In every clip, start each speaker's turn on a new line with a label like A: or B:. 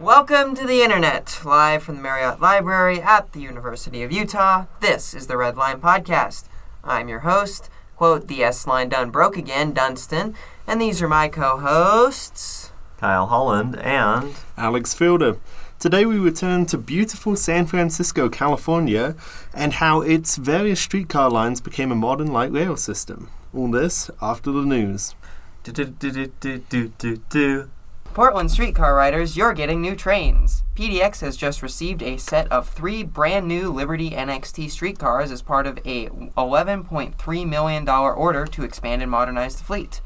A: Welcome to the internet, live from the Marriott Library at the University of Utah. This is the Red Line Podcast. I'm your host, quote, the S line done broke again, Dunstan, and these are my co hosts.
B: Kyle Holland and
C: Alex Fielder. Today we return to beautiful San Francisco, California, and how its various streetcar lines became a modern light rail system. All this after the news.
B: do do do do do do do do.
A: Portland streetcar riders, you're getting new trains. PDX has just received a set of three brand new Liberty NXT streetcars as part of a $11.3 million order to expand and modernize the fleet.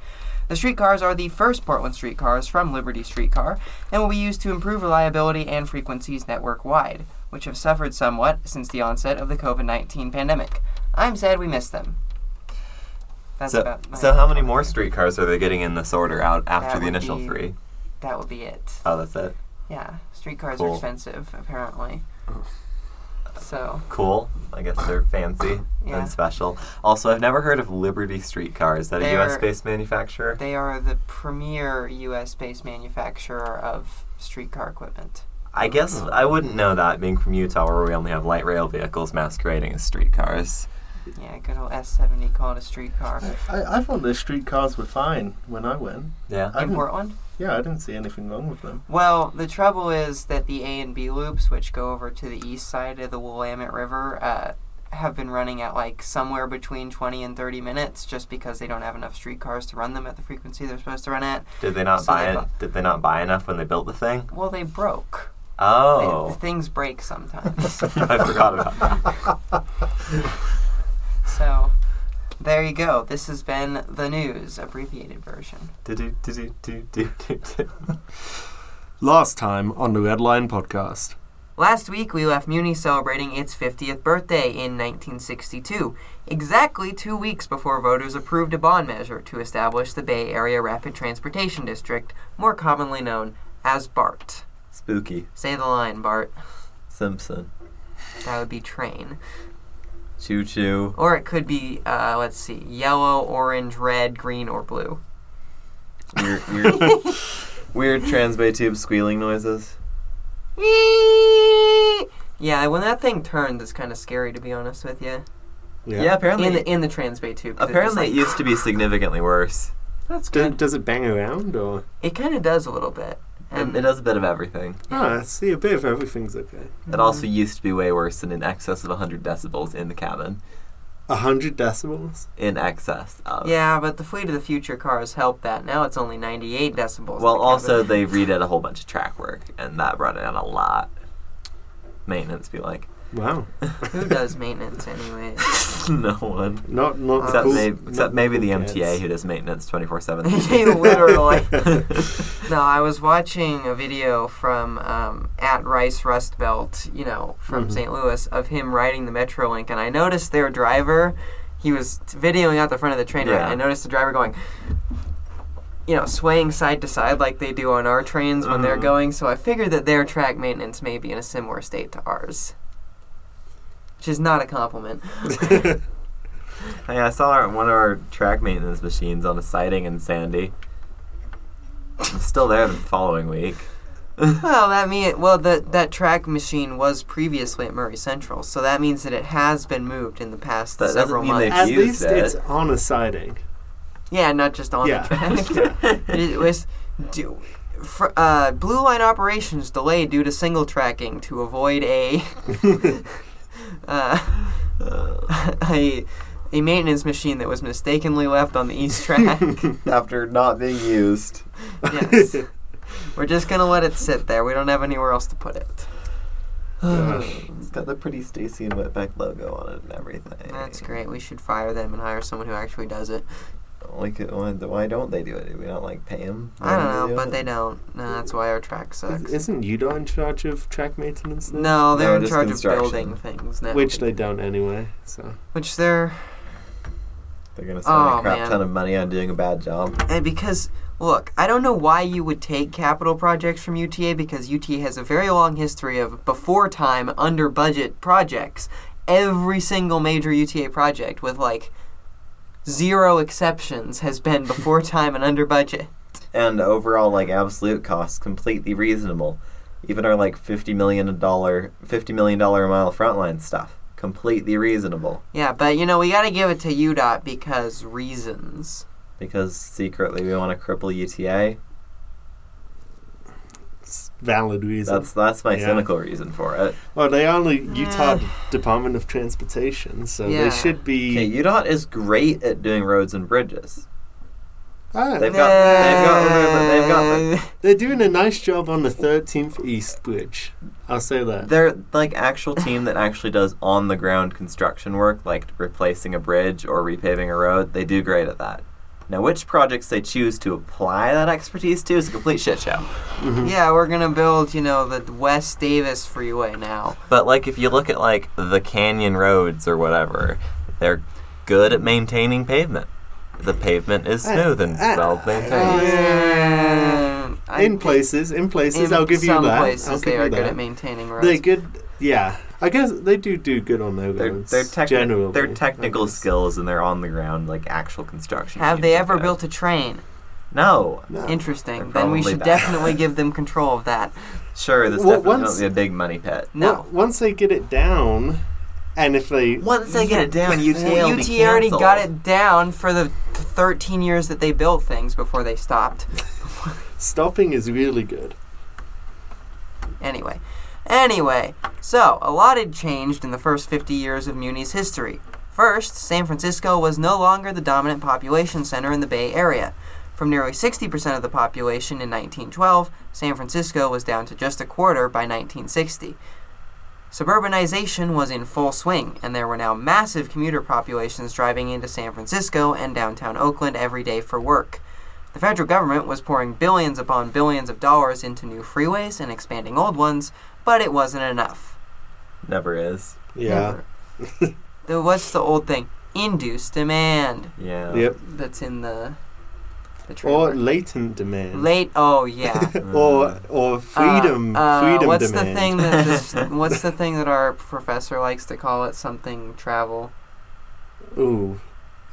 A: The streetcars are the first Portland streetcars from Liberty Streetcar and will be used to improve reliability and frequencies network wide, which have suffered somewhat since the onset of the COVID 19 pandemic. I'm sad we missed them. That's
B: So,
A: about my-
B: so how many more streetcars are they getting in this order out after
A: That
B: the
A: would
B: initial
A: be-
B: three?
A: That would be it.
B: Oh, that's it.
A: Yeah, streetcars are
B: Cool. Oh.
A: expensive, apparently. So,
B: Cool. I guess they're fancy
A: Yeah.
B: and special. Also, I've never heard of Liberty Streetcar. Is that a
A: They're-
B: U.S. based manufacturer?
A: they are the premier US based manufacturer of streetcar equipment.
B: I guess I wouldn't know that being from Utah, where we only have light rail vehicles masquerading as streetcars.
A: Yeah, good old S70 called a streetcar.
C: I, I thought the streetcars were fine when I went.
B: Yeah.
C: I
A: In
C: didn't-
A: Portland?
C: Yeah, I didn't see anything wrong with them.
A: Well, the trouble is that the A and B loops, which go over to the east side of the Willamette River, uh, have been running at like somewhere between 20 and 30 minutes just because they don't have enough streetcars to run them at the frequency they're supposed to run at.
B: Did they not
A: So
B: buy
A: they
B: it?
A: bu-
B: Did they not buy enough when they built the thing?
A: Well, they broke. They-
B: Oh,
A: things break sometimes.
B: I forgot about that.
A: So, there you go. This has been the news, abbreviated version.
B: Do-do-do-do-do-do-do.
C: Last time on the Red Line podcast.
A: Last week, we left Muni celebrating its 50th birthday in 1962, exactly two weeks before voters approved a bond measure to establish the Bay Area Rapid Transportation District, more commonly known as BART.
B: Spooky
A: Say the line, BART.
B: Simpson.
A: That would be train.
B: Choo choo.
A: Or it could be, uh, let's see, yellow, orange, red, green, or blue.
B: Weird, weird, weird transbay tube squealing noises.
A: Yeah, when that thing turns, it's kind of scary, to be honest with you.
B: Yeah, apparently.
A: In the, in the Transbay tube. 'cause it just,
B: apparently,
A: like,
B: it used to be significantly worse.
A: That's
C: Do,
A: good.
C: does it bang around or?
A: It kind of does a little bit.
B: It,
A: And
B: it does a bit of everything.
C: Ah, I see, a bit of everything's okay.
B: It also used to be way worse than in excess of 100 decibels in the cabin.
C: A hundred decibels.
B: In excess of.
A: Yeah, but the fleet of the future cars helped that. Now it's only 98 decibels.
B: Well,
A: in the
B: also,
A: cabin.
B: they redid a whole bunch of track work, and that brought it down a lot. Maintenance be like,
C: Wow.
A: who does maintenance anyway?
B: no one.
C: Not not
A: Uh,
C: the
B: Except,
C: cool,
B: may-
C: not
B: except maybe the
C: cool
B: MTA
C: kids.
B: who does maintenance 24 7.
A: Literally. no, I was watching a video from um, at Rice Rust Belt, you know, from
C: Mhm.
A: St. Louis, of him riding the MetroLink, and I noticed their driver. He was t- videoing out the front of the train, right?
B: Yeah.
A: I noticed the driver going, you know, swaying side to side like they do on our trains when they're
C: Mhm.
A: going. So I figured that their track maintenance may be in a similar state to ours, which is not a compliment.
B: Hey, I saw our, one of our track maintenance machines on a sighting in Sandy. I'm still there the following week.
A: Well, that mean well that that track machine was previously at Murray Central, so that means that it has been moved in the past
B: That doesn't
A: several
B: mean they-
A: months.
C: At
B: Used
C: least
B: it.
C: it's on a siding.
A: Yeah, not just on
C: Yeah.
A: the track. it was do, fr- uh, blue line operations delayed due to single tracking to avoid a uh, a a maintenance machine that was mistakenly left on the east track.
B: After not being used.
A: yes, we're just gonna let it sit there. We don't have anywhere else to put it.
B: it's got the pretty Stacy and Whitbeck logo on it and everything.
A: That's great. We should fire them and hire someone who actually does it.
B: Like, uh, why, why don't they do it? Do we not, like, pay them?
A: I don't know, but they don't. No, that's why our track sucks.
C: Isn't Utah in charge of track maintenance? now?
A: no, they're
B: No,
A: in
B: just
A: charge of building
B: construction.
A: things now.
C: Which they don't anyway. So
A: which they're
B: They're gonna spend
A: Oh,
B: a crap
A: man.
B: ton of money on doing a bad job.
A: and because look, I don't know why you would take capital projects from UTA because UTA has a very long history of before time under budget projects. Every single major UTA project with like zero exceptions has been before time and under budget.
B: And overall, like, absolute costs completely reasonable. Even our like fifty million dollar fifty million dollar a mile frontline stuff. Completely reasonable.
A: Yeah, but you know, we got to give it to UDOT because reasons.
B: Because secretly we want to cripple UTA.
C: It's valid reason.
B: That's that's my
C: Yeah.
B: cynical reason for it.
C: well, they are the Utah
A: Yeah.
C: Department of Transportation, so
A: Yeah.
C: they should be.
B: Okay, UDOT is great at doing roads and bridges.
C: Ah,
B: They've got they've got remember, they've got the,
C: they're doing a nice job on the 13th East Bridge. I'll say that.
B: They're like actual team that actually does on the ground construction work, like replacing a bridge or repaving a road. They do great at that. Now, which projects they choose to apply that expertise to is a complete shit show.
A: yeah, we're gonna build, you know, the West Davis Freeway now.
B: But like, if you look at like the canyon roads or whatever, they're good at maintaining pavement. The pavement is smooth and
C: Uh, uh,
B: well
C: Oh,
B: maintained.
C: yeah.
A: Um, I-
C: in places, in places,
A: in
C: I'll give you
A: some
C: that.
A: places
C: I'll give
A: they
C: you
A: are good
C: that.
A: at maintaining roads.
C: They're good. Yeah, I guess they do do good on their
B: Their,
C: roads.
B: their, techni-
C: generally,
B: their technical
C: I guess.
B: skills and their on the ground, like actual construction.
A: Have
B: teams
A: they
B: like
A: ever
B: that.
A: built a train?
B: No.
C: No.
A: Interesting.
B: They're
A: Then we
B: probably
A: should
B: bad.
A: definitely give them control of that.
B: Sure, this
C: Well,
B: definitely
C: once-
B: a big money pit.
A: No.
C: Well, once they get it down, and if they
B: Once they get it down, UTA
A: Well,
B: will be
A: UT already
B: canceled.
A: got it down for the 13 years that they built things before they stopped.
C: stopping is really good.
A: Anyway. Anyway, so a lot had changed in the first 50 years of Muni's history. First, San Francisco was no longer the dominant population center in the Bay Area. From nearly 60% of the population in 1912, San Francisco was down to just a quarter by 1960. Suburbanization was in full swing, and there were now massive commuter populations driving into San Francisco and downtown Oakland every day for work. The federal government was pouring billions upon billions of dollars into new freeways and expanding old ones, but it wasn't enough.
B: Never is.
C: Yeah.
A: Never. the, what's the old thing? Induced demand.
B: Yeah.
C: Yep.
A: That's in the the
C: Or
A: trailer.
C: latent demand.
A: Late. Oh yeah.
C: or or freedom.
A: Uh, uh,
C: freedom
A: What's
C: demand.
A: the thing that this, What's the thing that our professor likes to call it? Something travel.
C: Ooh.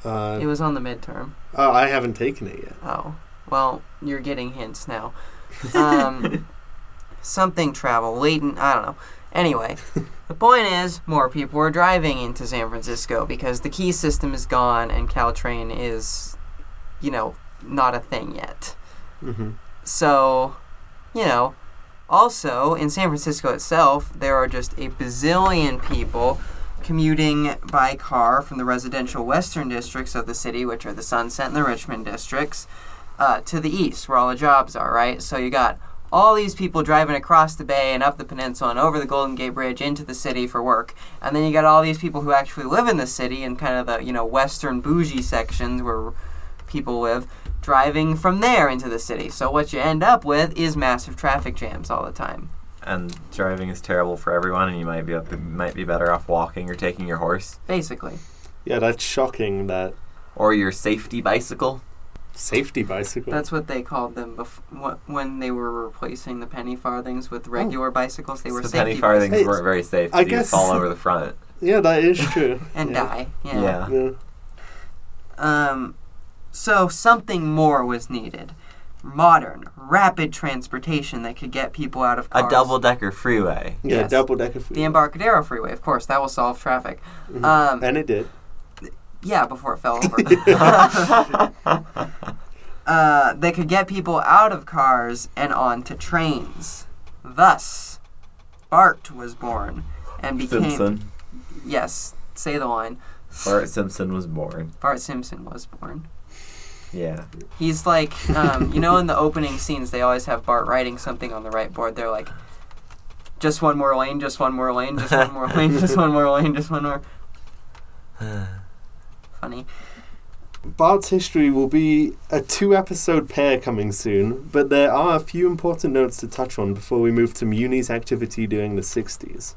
C: Uh,
A: It was on the midterm.
C: oh, I haven't taken it yet.
A: Oh, well, you're getting hints now. Um, something travel, latent, I don't know. Anyway, the point is, more people are driving into San Francisco because the key system is gone and Caltrain is, you know, not a thing yet.
C: hmm
A: So, you know, also in San Francisco itself, there are just a bazillion people commuting by car from the residential western districts of the city, which are the Sunset and the Richmond districts, uh, to the east, where all the jobs are, right? So you got all these people driving across the bay and up the peninsula and over the Golden Gate Bridge into the city for work. And then you got all these people who actually live in the city in kind of the, you know, western bougie sections where people live driving from there into the city. So what you end up with is massive traffic jams all the time.
B: And driving is terrible for everyone, and you might be up, might be better off walking or taking your horse
A: Basically.
C: Yeah, that's shocking. That
B: or your safety bicycle.
C: safety bicycle.
A: That's what they called them bef- wh- when they were replacing the penny farthings with regular bicycles. They were
B: Oh. the
A: safety
B: penny farthings
A: bicycles
C: bicycle.
B: weren't very safe.
C: I
B: I
C: guess-
B: you fall over the front.
C: yeah, that is true.
A: and uh,
C: yeah.
A: die.
B: Yeah.
A: Yeah.
C: Yeah.
A: Um, so something more was needed. Modern, rapid transportation that could get people out of cars.
B: A double decker freeway.
C: Yeah,
A: Yes.
C: double decker food.
A: the Embarcadero Freeway, of course, that will solve traffic.
B: Mm-hmm.
C: Mhm.
A: Um,
C: and it did.
A: Yeah, before it fell over. uh, they could get people out of cars and onto trains. Thus, BART was born and became.
B: Simpson.
A: Yes, say the line.
B: Bart Simpson was born.
A: Bart Simpson was born.
B: Yeah.
A: He's like, um, you know, in the opening scenes, they always have Bart writing something on the right board. They're like, just one more lane, just one more lane, just one more lane, just one more lane, just one more. Funny.
C: Bart's history will be a two episode pair coming soon, but there are a few important notes to touch on before we move to Muni's activity during the 60s.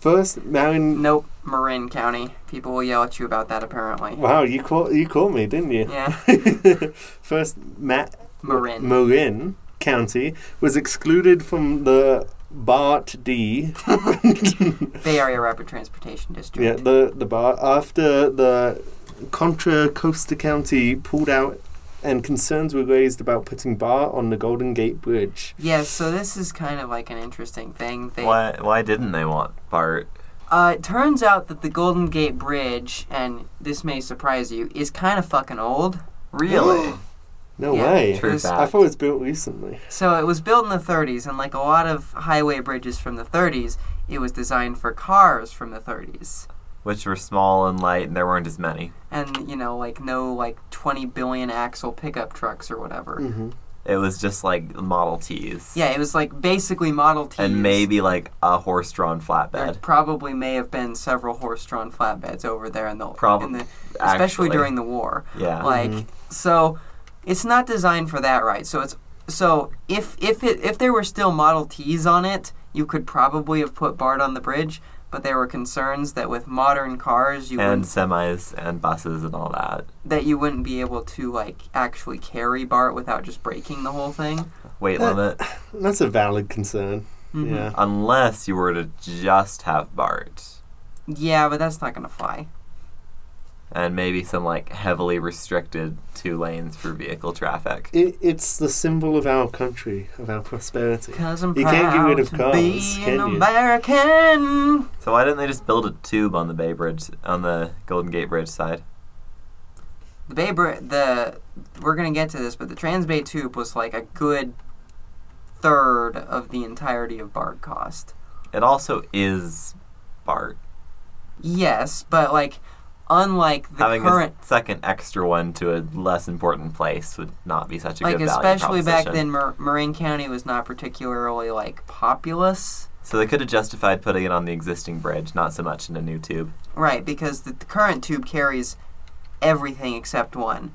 C: First, Marin.
A: Nope, Marin County. People will yell at you about that apparently.
C: Wow, you caught, you caught me, didn't you?
A: Yeah,
C: First, Ma-
A: Marin.
C: Marin County was excluded from the Bart D
A: Bay Area Rapid Transportation District.
C: Yeah, the the bar after the Contra Costa County pulled out and concerns were raised about putting bar on the Golden Gate Bridge.
A: Yes, so this is kind of like an interesting thing. They,
B: Why, why didn't they want Bart?
A: Uh, it turns out that the Golden Gate Bridge, and this may surprise you, is kind of fucking old.
B: Really?
C: No
A: Yeah,
C: way.
B: True
A: There's-
B: fact.
C: I thought it was built recently.
A: So it was built in the 30s, and like a lot of highway bridges from the 30s, it was designed for cars from the 30s.
B: Which were small and light, and there weren't as many.
A: And, you know, like no like 20 billion axle pickup trucks or whatever.
C: hmm
B: It was just like Model Ts.
A: Yeah, it was like basically Model T.
B: And maybe like a horse drawn
A: There
B: flatbed.
A: probably may have been several horse-drawn flatbeds over there in the,
B: Prob-
A: in the especially
B: actually.
A: during the war.
B: Yeah.
A: Like
C: Mhm.
A: so, it's not designed for that, right? So it's so if if it, if there were still Model Ts on it, you could probably have put Bart on the bridge. But there were concerns that with modern cars, you wouldn't,
B: and semis and buses and all that.
A: that you wouldn't be able to like actually carry Bart without just breaking the whole thing.
B: Weight
C: Uh,
B: limit.
C: That's a valid concern.
A: Mhm.
C: Yeah.
B: Unless you were to just have Bart.
A: Yeah, but that's not gonna fly.
B: And maybe some like heavily restricted two lanes for vehicle traffic.
C: It, it's the symbol of our country, of our prosperity.
A: Cause I'm
C: You
A: proud
C: can't get rid of
A: to
C: cars,
A: be
C: can
A: an
C: you?
A: American.
B: So why didn't they just build a tube on the Bay Bridge on the Golden Gate Bridge side?
A: The Bay Bri- the we're gonna get to this, but the Transbay Tube was like a good third of the entirety of BART cost.
B: It also is Bart.
A: Yes, but like unlike the
B: Having
A: current,
B: a second extra one to a less important place would not be such a
A: like
B: good value
A: especially back
B: proposition.
A: then, Mar- Marin County was not particularly like populous,
B: So they could have justified putting it on the existing bridge, not so much in a new tube.
A: right? Because the, the current tube carries everything except one,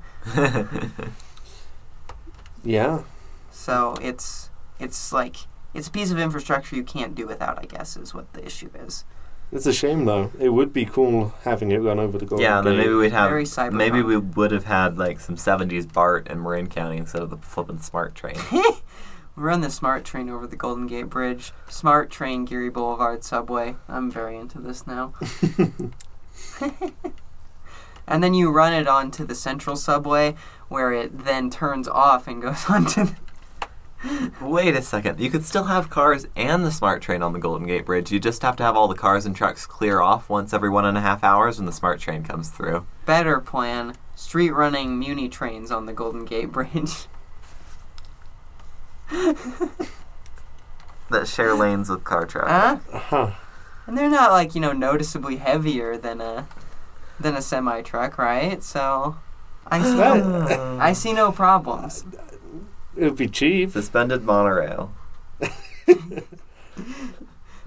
C: Yeah.
A: so it's it's like it's a piece of infrastructure you can't do without. I guess is what the issue is.
C: It's a shame, though. It would be cool having it run over the Golden
B: yeah, and
C: Gate.
B: then maybe we'd have
A: Very cyberpunk.
B: maybe we would have had like some '70s Bart and Marin County instead of the flippin' smart train.
A: Run the smart train over the Golden Gate Bridge. Smart train, Geary Boulevard subway. I'm very into this now. and then you run it onto the Central Subway, where it then turns off and goes onto. The,
B: Wait a second, you could still have cars and the smart train on the Golden Gate Bridge. You just have to have all the cars and trucks clear off once every one and a half hours when the smart train comes through.
A: better plan: street running Muni trains on the Golden Gate Bridge.
B: That share lanes with car traffic.
A: huh?
C: Huh.
A: And they're not like you know noticeably heavier than a than a semi truck, right? So, I see no, I see no problems.
C: It would be
A: Uh,
C: cheap.
B: Suspended monorail.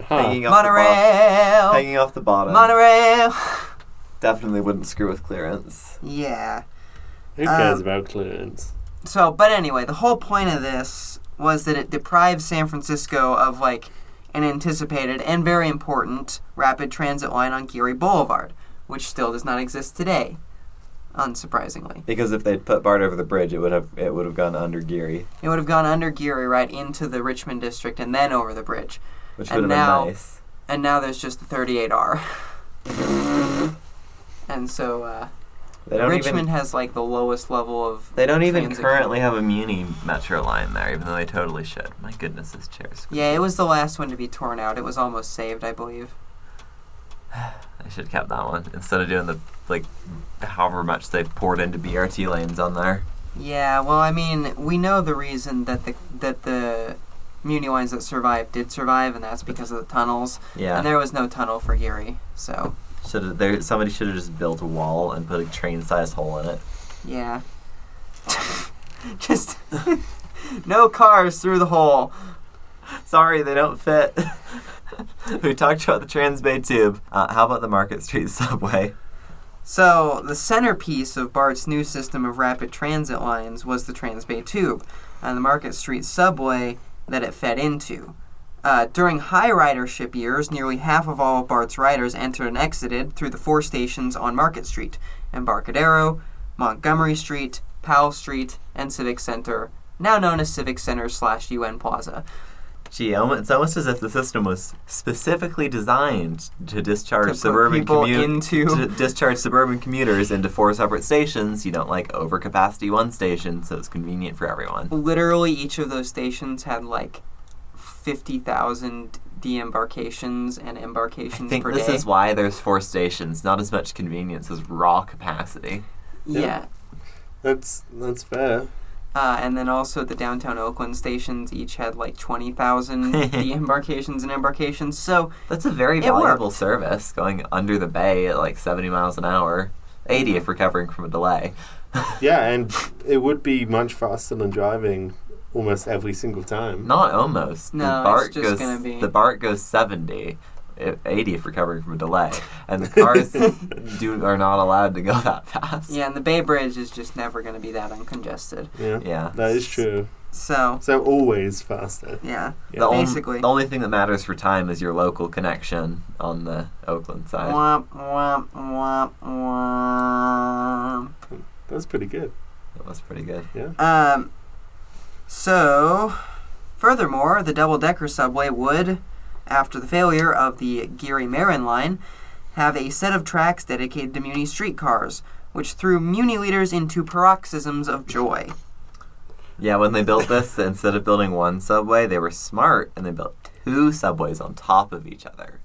C: Huh.
B: Hanging, off the bo-
A: Monorail,
B: hanging off the bottom.
A: Oh. monorail.
B: Definitely wouldn't screw with clearance.
A: Yeah.
C: Who cares
A: Um,
C: about clearance?
A: So, but anyway, the whole point of this was that it deprived San Francisco of like an anticipated and very important rapid transit line on Geary Boulevard, which still does not exist today, unsurprisingly.
B: Because if they'd put Bart over the bridge, it would have it would have gone under Geary,
A: It would have gone under Geary right into the Richmond district and then over the bridge.
B: which
A: And
B: would have
A: now-
B: been nice.
A: And now there's just the 38R. and so uh,
B: They don't
A: Richmond
B: even
A: has like the lowest level of
B: they don't even
A: transit.
B: currently have a Muni metro line there, even though they totally should. My goodness, this chair's.
A: Yeah, it was the last one to be torn out. It was almost saved, I believe.
B: I should have kept that one instead of doing the like however much they poured into BRT lanes on there.
A: Yeah, well, I mean, we know the reason that the that the Muni lines that survived did survive, and that's because of the tunnels. And
B: Yeah,
A: there was no tunnel for Geary, so
B: should have there somebody should have just built a wall and put a train-sized hole in it.
A: yeah, just no cars through the hole.
B: Sorry, they don't fit. we talked about the Transbay Tube. Uh, how about the Market Street subway?
A: So the centerpiece of BART's new system of rapid transit lines was the Transbay Tube and the Market Street subway that it fed into. Uh, during high ridership years, nearly half of all of BART's riders entered and exited through the four stations on Market Street Embarcadero, Montgomery Street, Powell Street, and Civic Center, now known as Civic Center slash UN Plaza.
B: Gee, almo- it's almost as if the system was specifically designed to discharge
A: To put
B: suburban
A: people
B: commu-
A: into-
B: to discharge suburban commuters into four separate stations. You don't like overcapacity one station, so it's convenient for everyone.
A: Literally, each of those stations had like fifty thousand deembarkations and
B: I
A: embarkations
B: think
A: Mm, per
B: this
A: day.
B: is why there's four stations, not as much convenience as raw capacity.
A: yeah.
C: That's that's fair.
A: Uh, and then also the downtown Oakland stations each had like 20,000 deembarkations and embarkations. So
B: That's a very
A: It
B: valuable service going under the bay at like 70 miles an hour, 80 if recovering from a delay.
C: Yeah, and it would be much faster than driving almost every single time.
B: Not almost.
A: No,
B: the
A: it's
B: BART
A: just
B: goes,
A: gonna be-
B: The BART goes 70, i- 80 if recovering from a delay, and the cars do are not allowed to go that fast.
A: yeah, and the Bay Bridge is just never going to be that uncongested.
C: Yeah,
B: Yeah.
C: that is true.
A: So
C: So always faster.
A: yeah,
C: Yeah.
B: The, on-
A: basically.
B: the only thing that matters for time is your local connection on the Oakland side.
A: Womp, womp, womp, womp.
C: That was pretty good.
B: That was pretty good.
A: Um, so, furthermore, the double decker subway would, after the failure of the Geary Marin line, have a set of tracks dedicated to Muni streetcars, which threw Muni leaders into paroxysms of joy.
B: Yeah, when they built this, instead of building one subway, they were smart and they built two subways on top of each other.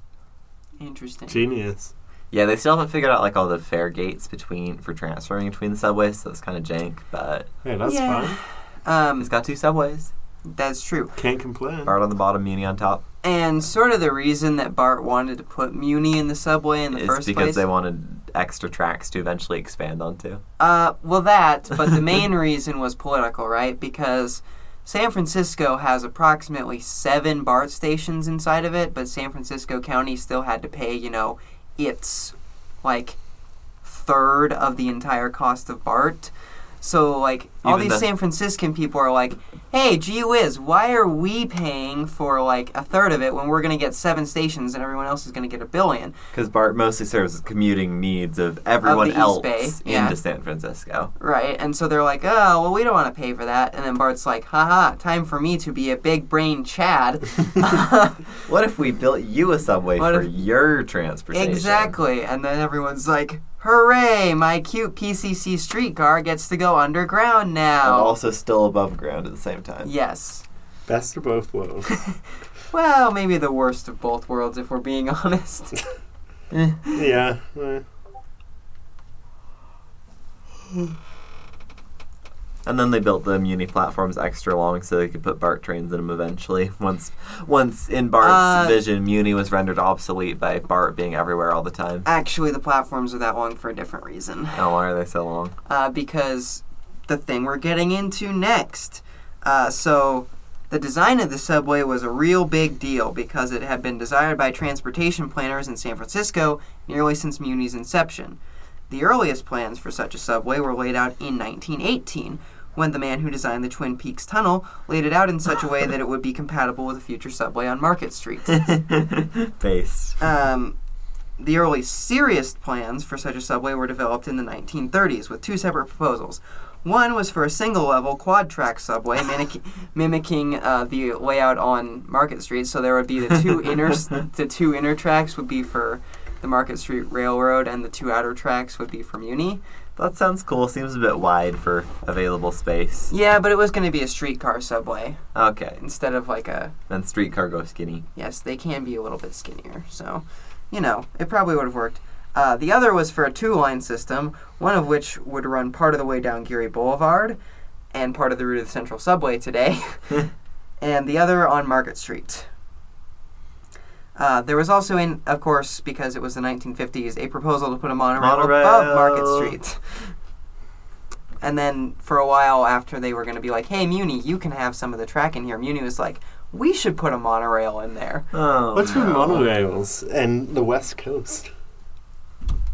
A: Interesting.
C: Genius.
B: Yeah, they still haven't figured out like all the fair gates between for transferring between the subways, so it's kind of jank. But
C: Hey, that's
A: Yeah.
C: fine.
A: Um,
B: it's got two subways:
A: that's true.
C: Can't complain.
B: Bart on the bottom, Muni on top.
A: And sort of the reason that Bart wanted to put Muni in the subway in the
B: It's
A: first
B: because
A: place.
B: they wanted extra tracks to eventually expand onto.
A: Uh, well, that, but the main reason was political, right? Because San Francisco has approximately seven BART stations inside of it, but San Francisco County still had to pay, you know, its like third of the entire cost of BART. So, like, all
B: Even
A: these
B: the-
A: San Franciscan people are like, hey, gee whiz, why are we paying for like a third of it when we're going to get seven stations and everyone else is going to get a billion?
B: Because Bart mostly serves the commuting needs of everyone
A: East
B: else
A: Bay,
B: into
A: yeah.
B: San Francisco.
A: Right, and so they're like, oh, well, we don't want to pay for that. And then Bart's like, haha, time for me to be a big brain Chad.
B: What if we built you a subway
A: What
B: for
A: if-
B: your transportation?
A: exactly. And then everyone's like, hooray, my cute PCC streetcar gets to go underground
B: And
A: now.
B: also still above ground at the same time.
A: Yes.
C: Best of both worlds.
A: Well, maybe the worst of both worlds, if we're being honest.
C: yeah. eh.
B: And then they built the Muni platforms extra long so they could put BART trains in them eventually. Once, once in BART's
A: Uh,
B: vision, Muni was rendered obsolete by BART being everywhere all the time.
A: Actually, the platforms are that long for a different reason.
B: Oh, why are they so long?
A: uh, because the thing we're getting into next. Uh, so, the design of the subway was a real big deal because it had been desired by transportation planners in San Francisco nearly since Muni's inception. The earliest plans for such a subway were laid out in 1918, when the man who designed the Twin Peaks Tunnel laid it out in such a way that it would be compatible with a future subway on Market Street.
B: Based.
A: Um, the early serious plans for such a subway were developed in the 1930s with two separate proposals. One was for a single level quad track subway mimic- mimicking uh, the layout on Market Street. So there would be the two inner the two inner tracks would be for the Market Street Railroad, and the two outer tracks would be for Muni.
B: That sounds cool. Seems a bit wide for available space.
A: Yeah, but it was going to be a streetcar subway
B: Okay.
A: instead of like a
B: Then streetcar goes skinny.
A: Yes, they can be a little bit skinnier. So, you know, it probably would have worked. Uh, the other was for a two line system, one of which would run part of the way down Geary Boulevard and part of the route of the Central Subway today, and the other on Market Street. Uh, there was also, in, of course, because it was the 1950s, a proposal to put a monorail, above
B: Monorail.
A: Market Street. And then for a while after they were going to be like, hey, Muni, you can have some of the track in here, Muni was like, we should put a monorail in there.
B: Oh.
C: What's with
B: no.
C: monorails and the West Coast?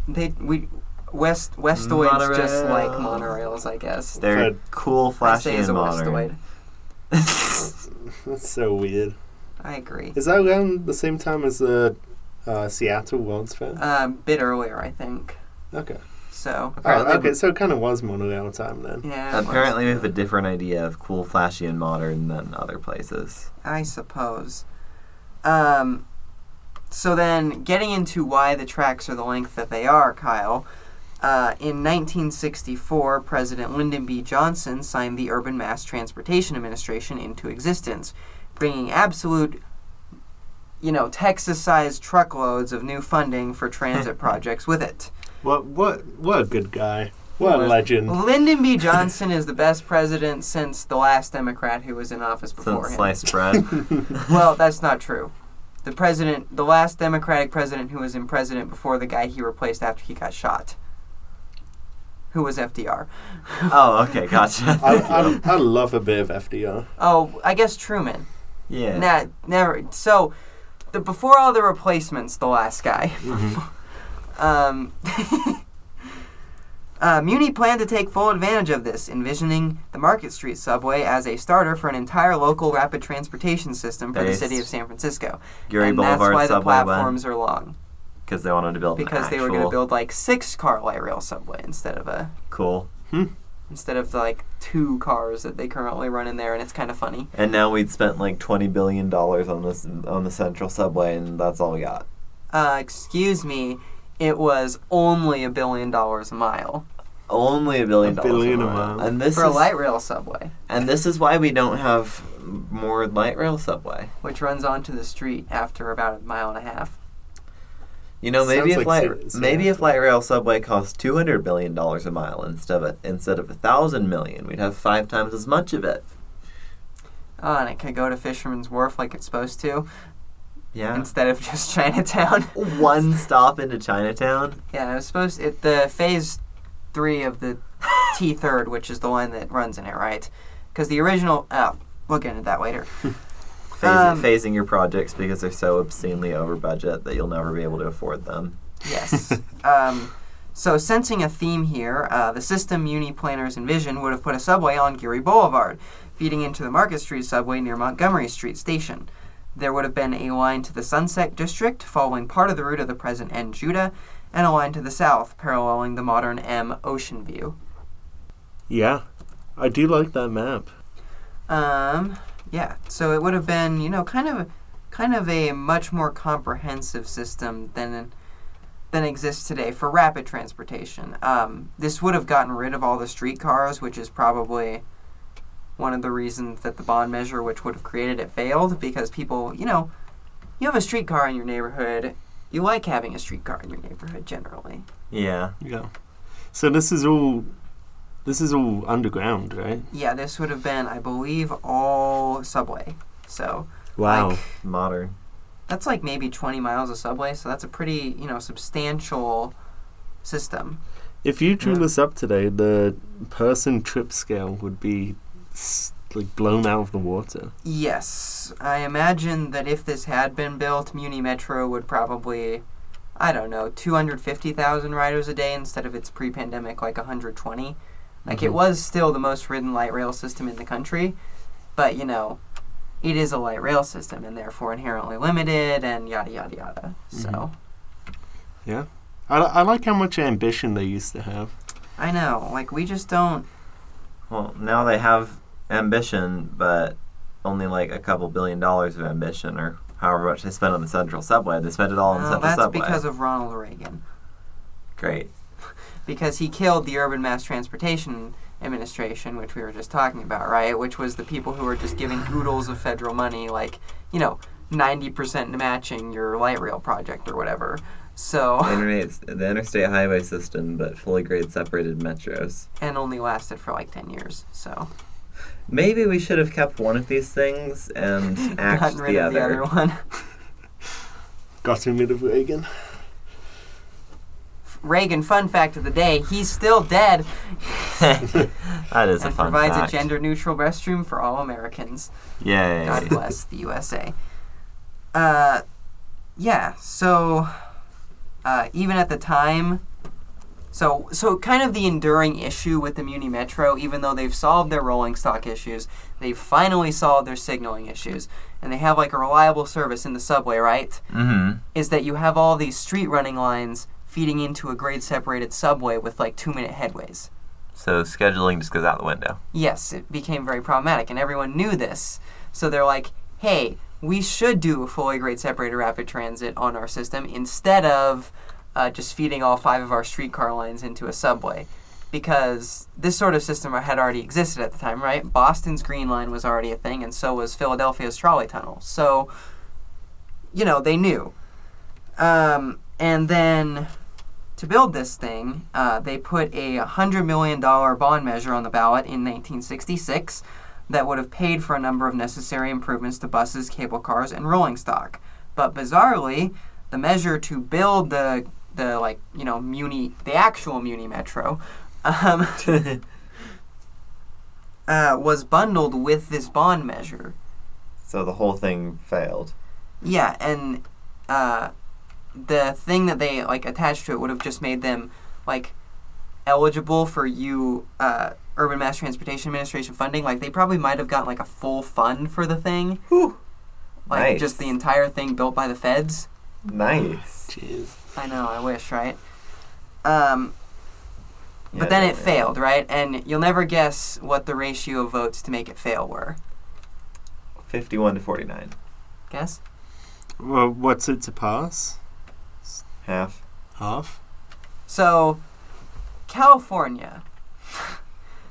A: They we West Westoids just
B: Monorail.
A: like monorails, I guess.
B: They're
C: But-
B: cool,
A: I
B: flashy,
A: say
B: and
A: as a
B: modern.
A: Westoid.
C: That's so weird.
A: I agree.
C: Is that around the same time as the uh, Seattle World's Fair?
A: A bit earlier, I think.
C: Okay.
A: So
C: Oh,
B: Apparently,
C: okay, so it kind of was Monorail time then.
A: yeah. it was.
B: apparently we have a different idea of cool, flashy, and modern than other places.
A: I suppose. Um, so then, getting into why the tracks are the length that they are, Kyle. Uh, in 1964, President Lyndon B. Johnson signed the Urban Mass Transportation Administration into existence, bringing absolute, you know, Texas-sized truckloads of new funding for transit projects with it.
C: What what what a good guy. What a
B: Was-
C: legend.
A: Lyndon B. Johnson is the best president since the last Democrat who was in office before
B: Since
A: him.
B: sliced bread.
A: Well, that's not true. The president, the last Democratic president who was in president before the guy he replaced after he got shot, who was FDR.
B: oh, okay, gotcha.
C: I, I, I love a bit of FDR.
A: Oh, I guess Truman.
B: yeah.
A: Nah, never. So, the before all the replacements, the last guy.
C: Mm-hmm.
A: Um, uh, Muni planned to take full advantage of this, envisioning the Market Street subway as a starter for an entire local rapid transportation system for
B: Based.
A: the city of San Francisco.
B: Gary
A: and
B: Boulevard
A: that's why the
B: subway went
A: platforms are long.
B: because they wanted to build an
A: because they were going to
B: actual
A: build like six car light rail subway instead of a
B: cool.
A: instead of like two cars that they currently run in there, and it's kind of funny.
B: And now we'd spent like twenty billion dollars on this on the Central Subway, and that's all we got.
A: Uh, excuse me, it was only a billion dollars a mile
B: Only a billion
C: A
B: dollars.
C: billion
B: a
C: a
B: mile.
C: mile.
B: And this
A: for a
B: is
A: light rail subway,
B: and this is why we don't have more light rail subway.
A: which runs onto the street after about a mile and a half.
B: You know, maybe
C: Sounds
B: if
C: like
B: light
C: serious,
B: maybe
C: yeah.
B: if light rail subway cost two hundred billion dollars a mile instead of instead of a thousand million, we'd have five times as much of it.
A: Oh, and it could go to Fisherman's Wharf like it's supposed to,
B: Yeah.
A: instead of just Chinatown.
B: One stop into Chinatown.
A: yeah, it was supposed. It the phase three of the T third, which is the one that runs in it, right? Because the original. Oh, we'll get into that later.
B: Phasing,
A: Um,
B: phasing your projects because they're so obscenely over budget that you'll never be able to afford them.
A: Yes. um, so, sensing a theme here, uh, the system Muni planners envisioned would have put a subway on Geary Boulevard, feeding into the Market Street subway near Montgomery Street Station. There would have been a line to the Sunset District, following part of the route of the present N Judah, and a line to the south, paralleling the modern M Ocean View.
C: Yeah. I do like that map.
A: Um, yeah, so it would have been, you know, kind of, kind of a much more comprehensive system than than exists today for rapid transportation. Um, this would have gotten rid of all the streetcars, which is probably one of the reasons that the bond measure, which would have created it, failed because people, you know, you have a streetcar in your neighborhood. You like having a streetcar in your neighborhood generally.
B: Yeah.
C: Yeah. So this is all this is all underground, right?
A: Yeah, this would have been, I believe, all subway. So Like,
B: Modern.
A: that's like maybe 20 miles of subway, so that's a pretty, you know, substantial system.
C: If you drew
B: Yeah.
C: this up today, the person trip scale would be s- like blown out of the water.
A: Yes, I imagine that if this had been built, Muni Metro would probably, I don't know, 250,000 riders a day instead of its pre pandemic, like 120. Like, it
B: Mhm.
A: was still the most ridden light rail system in the country, but, you know, it is a light rail system and therefore inherently limited and yada, yada, yada.
B: Mm-hmm.
A: So,
C: I, I like how much ambition they used to have.
A: I know, like, we just don't.
B: Well, now they have ambition, but only like a couple billion dollars of ambition, or however much they spent on the Central Subway. They spent it all on the
A: Well,
B: Central
A: uh, that's
B: Subway.
A: because of Ronald Reagan.
B: Great.
A: because he killed the Urban Mass Transportation Administration, which we were just talking about, right? Which was the people who were just giving oodles of federal money, like, you know, 90% matching your light rail project or whatever.
B: The,
A: So,
B: internet, the interstate highway system, but fully grade separated metros.
A: and only lasted for like 10 years. So,
B: Maybe we should have kept one of these things and axed
A: gotten rid
B: the
A: of
B: other.
A: the other one.
C: Gotten rid of Reagan.
A: Reagan, fun fact of the day, he's still dead
B: That is a
A: and
B: fun
A: provides
B: fact.
A: a gender neutral restroom for all Americans.
B: Yay.
A: God bless the USA. Uh, yeah. So uh, even at the time, so so kind of the enduring issue with the Muni Metro, even though they've solved their rolling stock issues, they've finally solved their signaling issues, and they have like a reliable service in the subway, right?
B: Mm-hmm.
A: Is that you have all these street running lines feeding into a grade separated subway with like two minute headways.
B: So scheduling just goes out the window.
A: Yes, it became very problematic, and everyone knew this. So they're like, hey, we should do a fully grade separated rapid transit on our system instead of uh, just feeding all five of our streetcar lines into a subway. Because this sort of system had already existed at the time, right? Boston's Green Line was already a thing, and so was Philadelphia's trolley tunnel. So, you know, they knew. Um, and then to build this thing, uh, they put a $100 million bond measure on the ballot in 1966 that would have paid for a number of necessary improvements to buses, cable cars, and rolling stock. But bizarrely, the measure to build the, the like, you know, Muni, the actual Muni Metro, um, uh, was bundled with this bond measure.
B: So the whole thing failed.
A: Yeah, and uh, the thing that they like attached to it would have just made them like eligible for you uh, urban mass transportation administration funding. Like they probably might have gotten like a full fund for the thing,
B: Whew.
A: like
B: nice.
A: just the entire thing built by the feds.
B: nice.
C: Jeez.
A: I know, I wish, right? Um,
B: Yeah,
A: but then it
B: yeah.
A: failed, right? And you'll never guess what the ratio of votes to make it fail were.
B: Fifty-one to forty-nine.
A: Guess?
C: Well, what's it to pass?
B: Half.
C: Half.
A: So, California.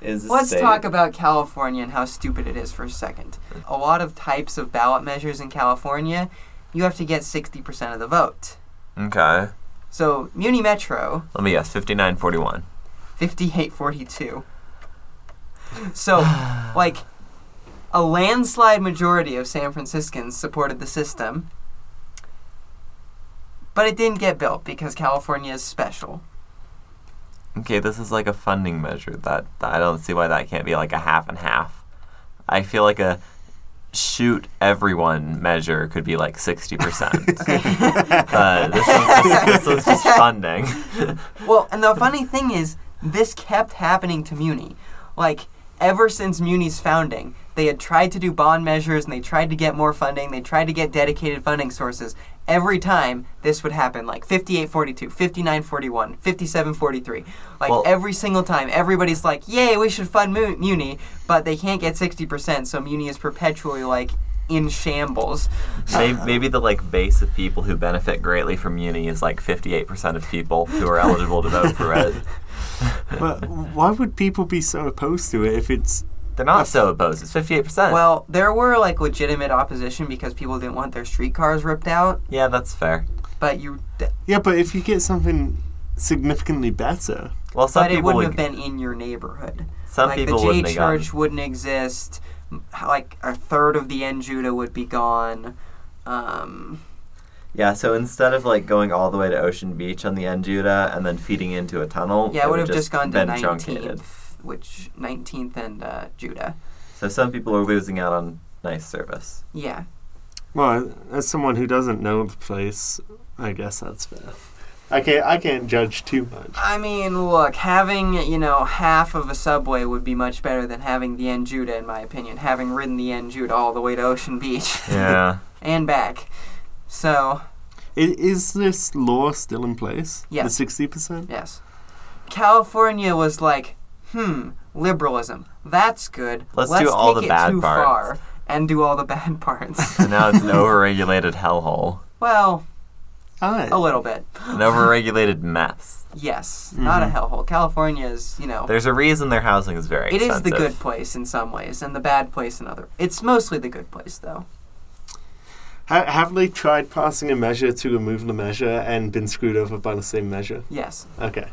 B: is a
A: Let's
B: state.
A: talk about California and how stupid it is for a second. A lot of types of ballot measures in California, you have to get 60% of the vote.
B: Okay.
A: So, Muni Metro,
B: Let me guess. Fifty-nine forty-one.
A: 5842. So, like, a landslide majority of San Franciscans supported the system, but it didn't get built because California is special.
B: Okay, this is like a funding measure that, that I don't see why that can't be like a half and half. I feel like a shoot everyone measure could be like sixty percent. uh, this, was, this was just funding.
A: Well, and the funny thing is, this kept happening to Muni. Like, ever since Muni's founding, they had tried to do bond measures and they tried to get more funding, they tried to get dedicated funding sources. Every time this would happen, like 5842, 5941, 5743. Like,
B: Well-
A: every single time, everybody's like, yay, we should fund Mu- Muni, but they can't get 60%, so Muni is perpetually, like, in shambles.
B: Maybe, maybe the like base of people who benefit greatly from uni is like fifty-eight percent of people who are eligible to vote for it.
C: but why would people be so opposed to it if it's
B: They're not so opposed. It's fifty-eight percent.
A: Well, there were, like, legitimate opposition because people didn't want their streetcars ripped out,
B: yeah, that's fair.
A: but you.
C: yeah? But if you get something significantly better,
B: Well, some
A: but it
B: people
A: wouldn't
B: would.
A: have been in your neighborhood.
B: some
A: like
B: people
A: the J
B: wouldn't have gotten-
A: Church wouldn't exist. m- Like a third of the N Judah would be gone. Um,
B: Yeah, so instead of like going all the way to Ocean Beach on the Enjuta and then feeding into a tunnel,
A: yeah, it would have
B: would've
A: just gone to
B: been truncated.
A: nineteenth, which nineteenth and uh, Judah.
B: So some people are losing out on nice service.
A: Yeah,
C: well, as someone who doesn't know the place, I guess that's fair. I can't. I can't judge too much.
A: I mean, look, having you know half of a subway would be much better than having the N Judah, in my opinion. Having ridden the N Judah all the way to Ocean Beach
B: Yeah.
A: and back, so
C: I- Is this law still in place?
A: Yeah.
C: The sixty percent.
A: Yes. California was like, hmm, liberalism. That's good.
B: Let's do all
A: take
B: the
A: it
B: bad
A: too far
B: parts."
A: and do all the bad parts.
B: so now it's an overregulated hellhole,
A: well,
C: Aye.
A: a little bit.
B: an overregulated mess.
A: Yes, not a
C: Mhm.
A: hellhole. California is, you know,
B: There's a reason their housing is Mm-hmm. very
A: it is
B: expensive.
A: the good place in some ways and the bad place in other. It's mostly the good place though.
C: Ha- have they tried passing a measure to remove the measure and been screwed over by the same measure?
A: Yes,
C: Okay.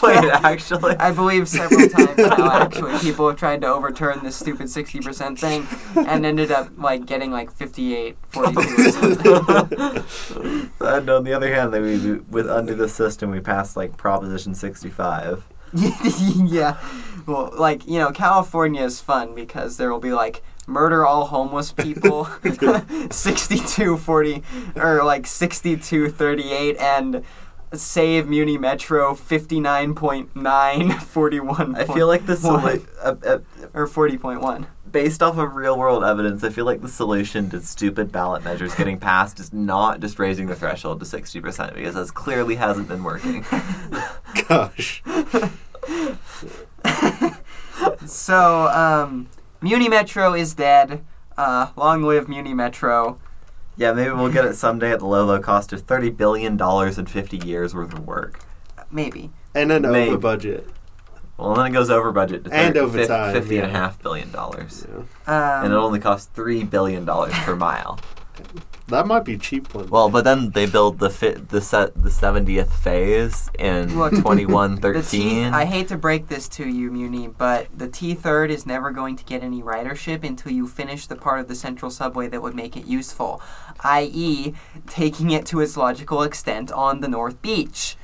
B: Wait, actually.
A: I believe several times now. Actually, people have tried to overturn this stupid sixty percent thing and ended up like getting like 58, 42 or something.
B: and on the other hand, they, we, with under the system, we passed like Proposition 65.
A: yeah. Well, like, you know, California is fun because there will be like murder all homeless people 6240 or like 6238 and save Muni Metro 59.941.
B: I feel like this
A: Why?
B: solu- uh, uh,
A: or 40.1.
B: based off of real world evidence, I feel like the solution to stupid ballot measures getting passed is not just raising the threshold to 60% because that clearly hasn't been working.
C: Gosh.
A: So, um, Muni Metro is dead. Uh, long live Muni Metro.
B: yeah, maybe we'll get it someday at the low, low cost of $30 billion in 50 years worth of work.
A: Maybe.
C: And then
B: Maybe.
C: over budget.
B: Well, then it goes over budget to
C: And
B: 30
C: over
B: fif-
C: time,
B: $50 and a
C: yeah.
B: half billion dollars.
C: Yeah.
A: Um,
B: and it only costs $3 billion per mile.
C: That might be cheap one.
B: Well, but then they build the fi- the set the seventieth phase in
A: Look,
B: twenty one
A: the T,
B: thirteen.
A: I hate to break this to you, Muni, but the T third is never going to get any ridership until you finish the part of the central subway that would make it useful, i.e., taking it to its logical extent on the North Beach.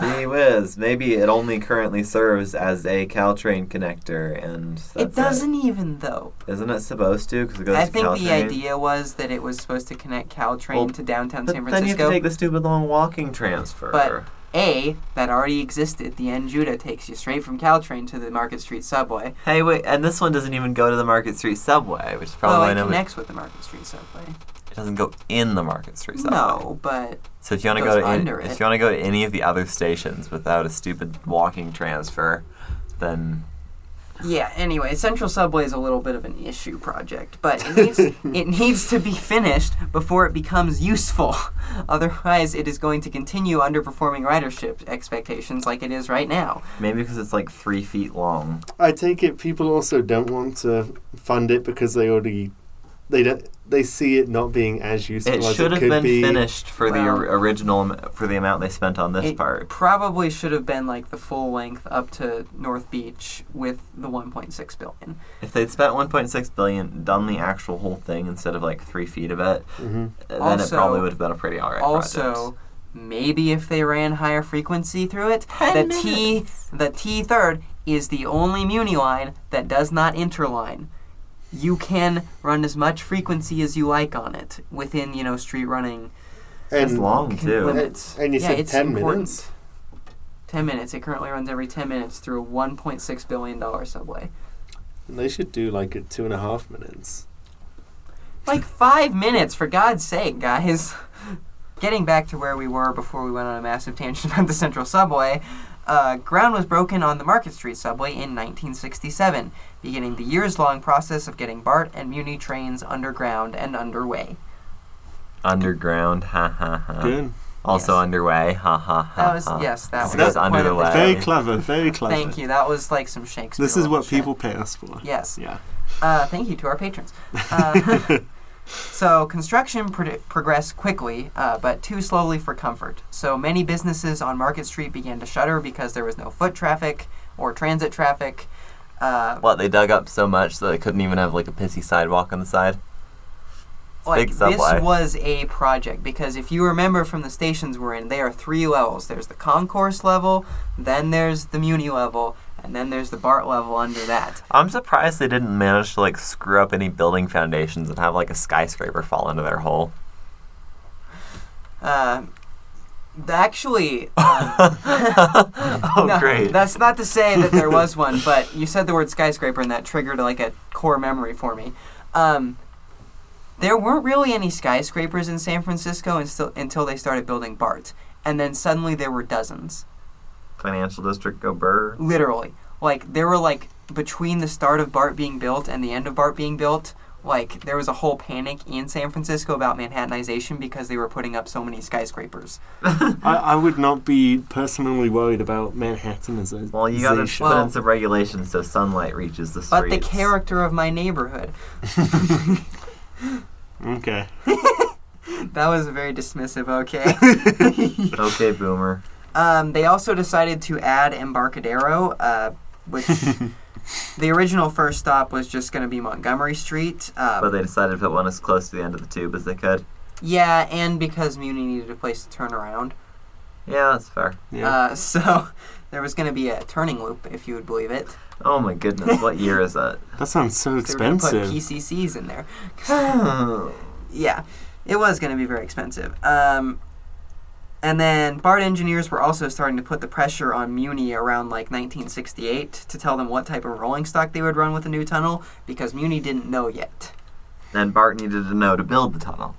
B: Gee whiz! Maybe it only currently serves as a Caltrain connector, and that's
A: it doesn't even though.
B: is Isn't it supposed to? Because it goes
A: I
B: to
A: think
B: Caltrain.
A: the idea was that it was supposed to connect Caltrain
B: Well,
A: to downtown
B: But
A: San
B: then you have to
A: Francisco.
B: take the stupid long walking transfer.
A: But- A that already existed. The N Judah takes you straight from Caltrain to the Market Street subway.
B: hey, wait! And this one doesn't even go to the Market Street subway, which is
A: Well,
B: probably
A: it
B: no-
A: connects with the Market Street subway.
B: it doesn't go in the Market Street subway.
A: No, but
B: So if you want to
A: Goes
B: go to any,
A: under it.
B: if you want to go to any of the other stations without a stupid walking transfer, then
A: Yeah, anyway, Central Subway is a little bit of an issue project, but it needs, it needs to be finished before it becomes useful. Otherwise, it is going to continue underperforming ridership expectations like it is right now.
B: maybe because it's like three feet long.
C: I take it people also don't want to fund it because they already they don't they see it not being as useful
B: It
C: as
B: should
C: it
B: have
C: could
B: been
C: be.
B: finished for the
A: Well-
B: or- original am- for the amount they spent on this
A: It
B: part.
A: probably should have been like the full length up to North Beach with the 1.6 billion.
B: If they'd spent 1.6 billion, done the actual whole thing instead of like three feet of it,
C: Mhm.
B: then
A: Also-
B: it probably would have been a pretty alright
A: also, maybe if they ran higher frequency through it, the
B: Ten
A: T the T third is the only Muni line that does not interline. You can run as much frequency as you like on it within you know street running
B: It's long
A: con-
B: too.
A: limits.
C: and you
A: yeah,
C: said
A: it's
C: 10
A: important.
C: minutes.
A: Ten minutes. It currently runs every ten minutes through a 1.6 billion dollar subway.
C: And they should do like at two and a half minutes.
A: Like five minutes, for God's sake, guys. Getting back to where we were before we went on a massive tangent about the Central Subway, uh, ground was broken on the Market Street Subway in 1967, beginning the years long process of getting BART and Muni trains underground and underway.
B: underground. Ha ha ha.
C: Good.
B: Also
A: Yes.
B: underway. Ha ha ha.
A: That was,
B: ha.
A: yes, that
B: This
A: was.
B: goes
A: quite
B: Uh-huh. under
A: a-
B: the way.
C: Very
B: Hey.
C: clever, very clever.
A: Thank you. That was like some Shakespeare.
C: This is what
A: shit.
C: people pay us for.
A: Yes.
C: Yeah.
A: Uh, thank you to our patrons. Uh, so construction pro- progressed quickly, uh, but too slowly for comfort. So many businesses on Market Street began to shutter because there was no foot traffic or transit traffic. Uh,
B: What they dug up so much that they couldn't even have like a pissy sidewalk on the side.
A: like
B: big
A: this
B: subway.
A: was a project because if you remember from the stations we're in, there are three levels. There's the concourse level, then there's the Muni level, and then there's the BART level under that.
B: I'm surprised they didn't manage to like screw up any building foundations and have like a skyscraper fall into their hole.
A: Uh, th- actually, um,
B: Oh
A: No,
B: great.
A: That's not to say that there was one, but you said the word skyscraper and that triggered like a core memory for me. Um, there weren't really any skyscrapers in San Francisco until, until they started building BART. And then suddenly there were dozens.
B: Financial district go burr.
A: Literally. Like, there were like, between the start of BART being built and the end of BART being built, like, there was a whole panic in San Francisco about Manhattanization because they were putting up so many skyscrapers.
C: I, I would not be personally worried about Manhattan as a.
B: Well, you gotta
C: zation.
B: put
A: Well-
B: in some regulations so sunlight reaches the
A: But
B: streets.
A: the character of my neighborhood.
C: Okay.
A: That was very dismissive, okay?
B: Okay, boomer.
A: Um, they also decided to add Embarcadero, uh, which the original first stop was just going to be Montgomery Street.
B: But
A: Um,
B: they decided to put one as close to the end of the tube as they could.
A: yeah, and because Muni needed a place to turn around.
B: Yeah, that's fair.
C: Yeah.
A: Uh, so there was going to be a turning loop, if you would believe it.
B: Oh my goodness, what year is that?
C: that sounds so
A: So They were going to put
C: expensive.
A: PCCs in there.
B: oh,
A: Yeah, it was going to be very expensive. Um, And then BART engineers were also starting to put the pressure on Muni around like 1968 to tell them what type of rolling stock they would run with the new tunnel because Muni didn't know yet.
B: And Bart needed to know to build the tunnel.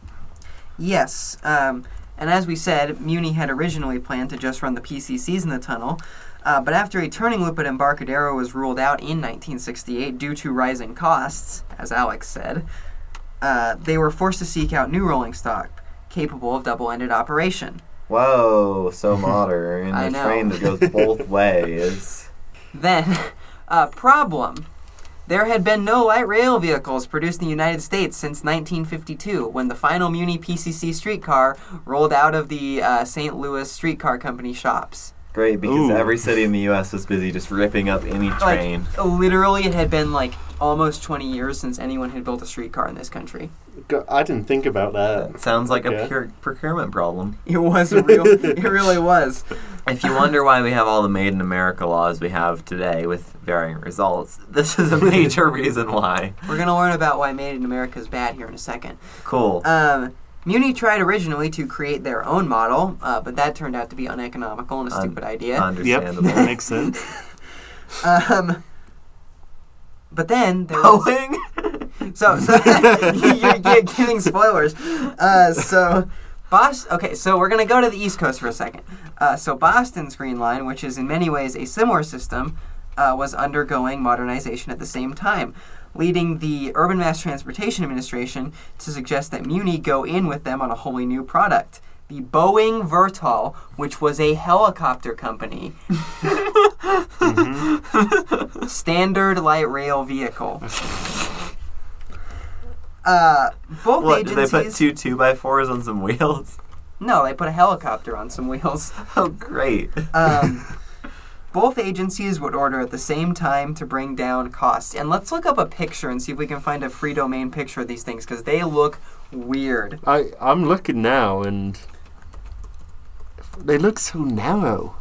A: Yes, um, and as we said, Muni had originally planned to just run the PCCs in the tunnel, uh, but after a turning loop at Embarcadero was ruled out in 1968 due to rising costs, as Alex said, uh, they were forced to seek out new rolling stock capable of double ended operation.
B: Whoa, so modern.
A: I
B: a
A: know.
B: train that goes both ways.
A: Then, uh, problem. There had been no light rail vehicles produced in the United States since 1952, when the final Muni PCC streetcar rolled out of the uh, St. Louis Streetcar Company shops.
B: Great, because
C: Ooh.
B: every city in the U.S. was busy just ripping up any
A: Like,
B: train.
A: literally, it had been like almost 20 years since anyone had built a streetcar in this country.
C: Go- I didn't think about that.
B: That sounds like a
C: Okay.
B: pure procurement problem.
A: It was a real, it really was.
B: If you wonder why we have all the made in America laws we have today with varying results, this is a major reason why.
A: We're gonna learn about why Made in America is bad here in a second.
B: Cool.
A: Um, Muni tried originally to create their own model, uh, but that turned out to be uneconomical and a
B: Un-
A: stupid idea.
C: Yep,
B: Understandable.
C: that makes sense.
A: Um, but then there was,
B: Boeing?
A: so, so you're, you're giving spoilers. Uh, so Boston. Okay, so we're gonna go to the East Coast for a second. Uh, so Boston's Green Line, which is in many ways a similar system, uh, was undergoing modernization at the same time. Leading the Urban Mass Transportation Administration to suggest that Muni go in with them on a wholly new product, the Boeing Vertol, which was a helicopter company,
B: Mm-hmm.
A: standard light rail vehicle. Uh, both
B: What, did they
A: agencies.
B: put two 2x4s on some wheels?
A: no, they put a helicopter on some wheels.
B: Oh, great.
A: Um, both agencies would order at the same time to bring down costs. And let's look up a picture and see if we can find a free domain picture of these things because they look weird.
C: I I'm looking now, and they look so narrow.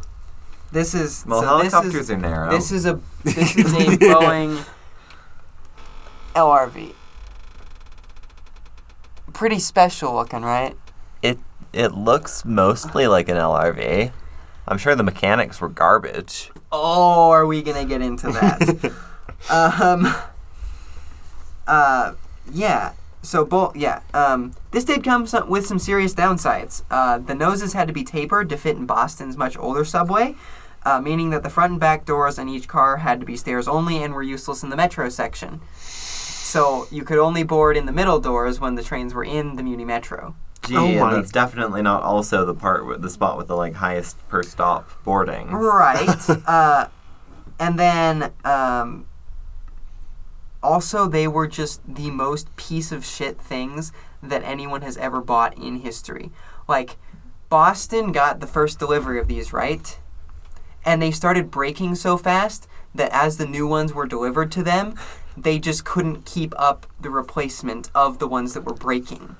A: This is
B: Well,
A: so this
B: helicopters
A: is
B: are narrow.
A: this is a this is a Boeing LRV. Pretty special looking, right?
B: it looks mostly like an LRV. I'm sure the mechanics were garbage.
A: Oh, are we gonna get into that? um, uh, yeah. So, bo- yeah. Um, this did come some- with some serious downsides. Uh, the noses had to be tapered to fit in Boston's much older subway, uh, meaning that the front and back doors on each car had to be stairs only and were useless in the metro section. So you could only board in the middle doors when the trains were in the Muni Metro.
B: Gee,
C: Oh my-
B: and that's definitely not also the part with the spot with the like highest per stop boarding.
A: Right. uh, and then um, also, they were just the most piece of shit things that anyone has ever bought in history. Like, Boston got the first delivery of these, right? And they started breaking so fast that as the new ones were delivered to them, they just couldn't keep up the replacement of the ones that were breaking.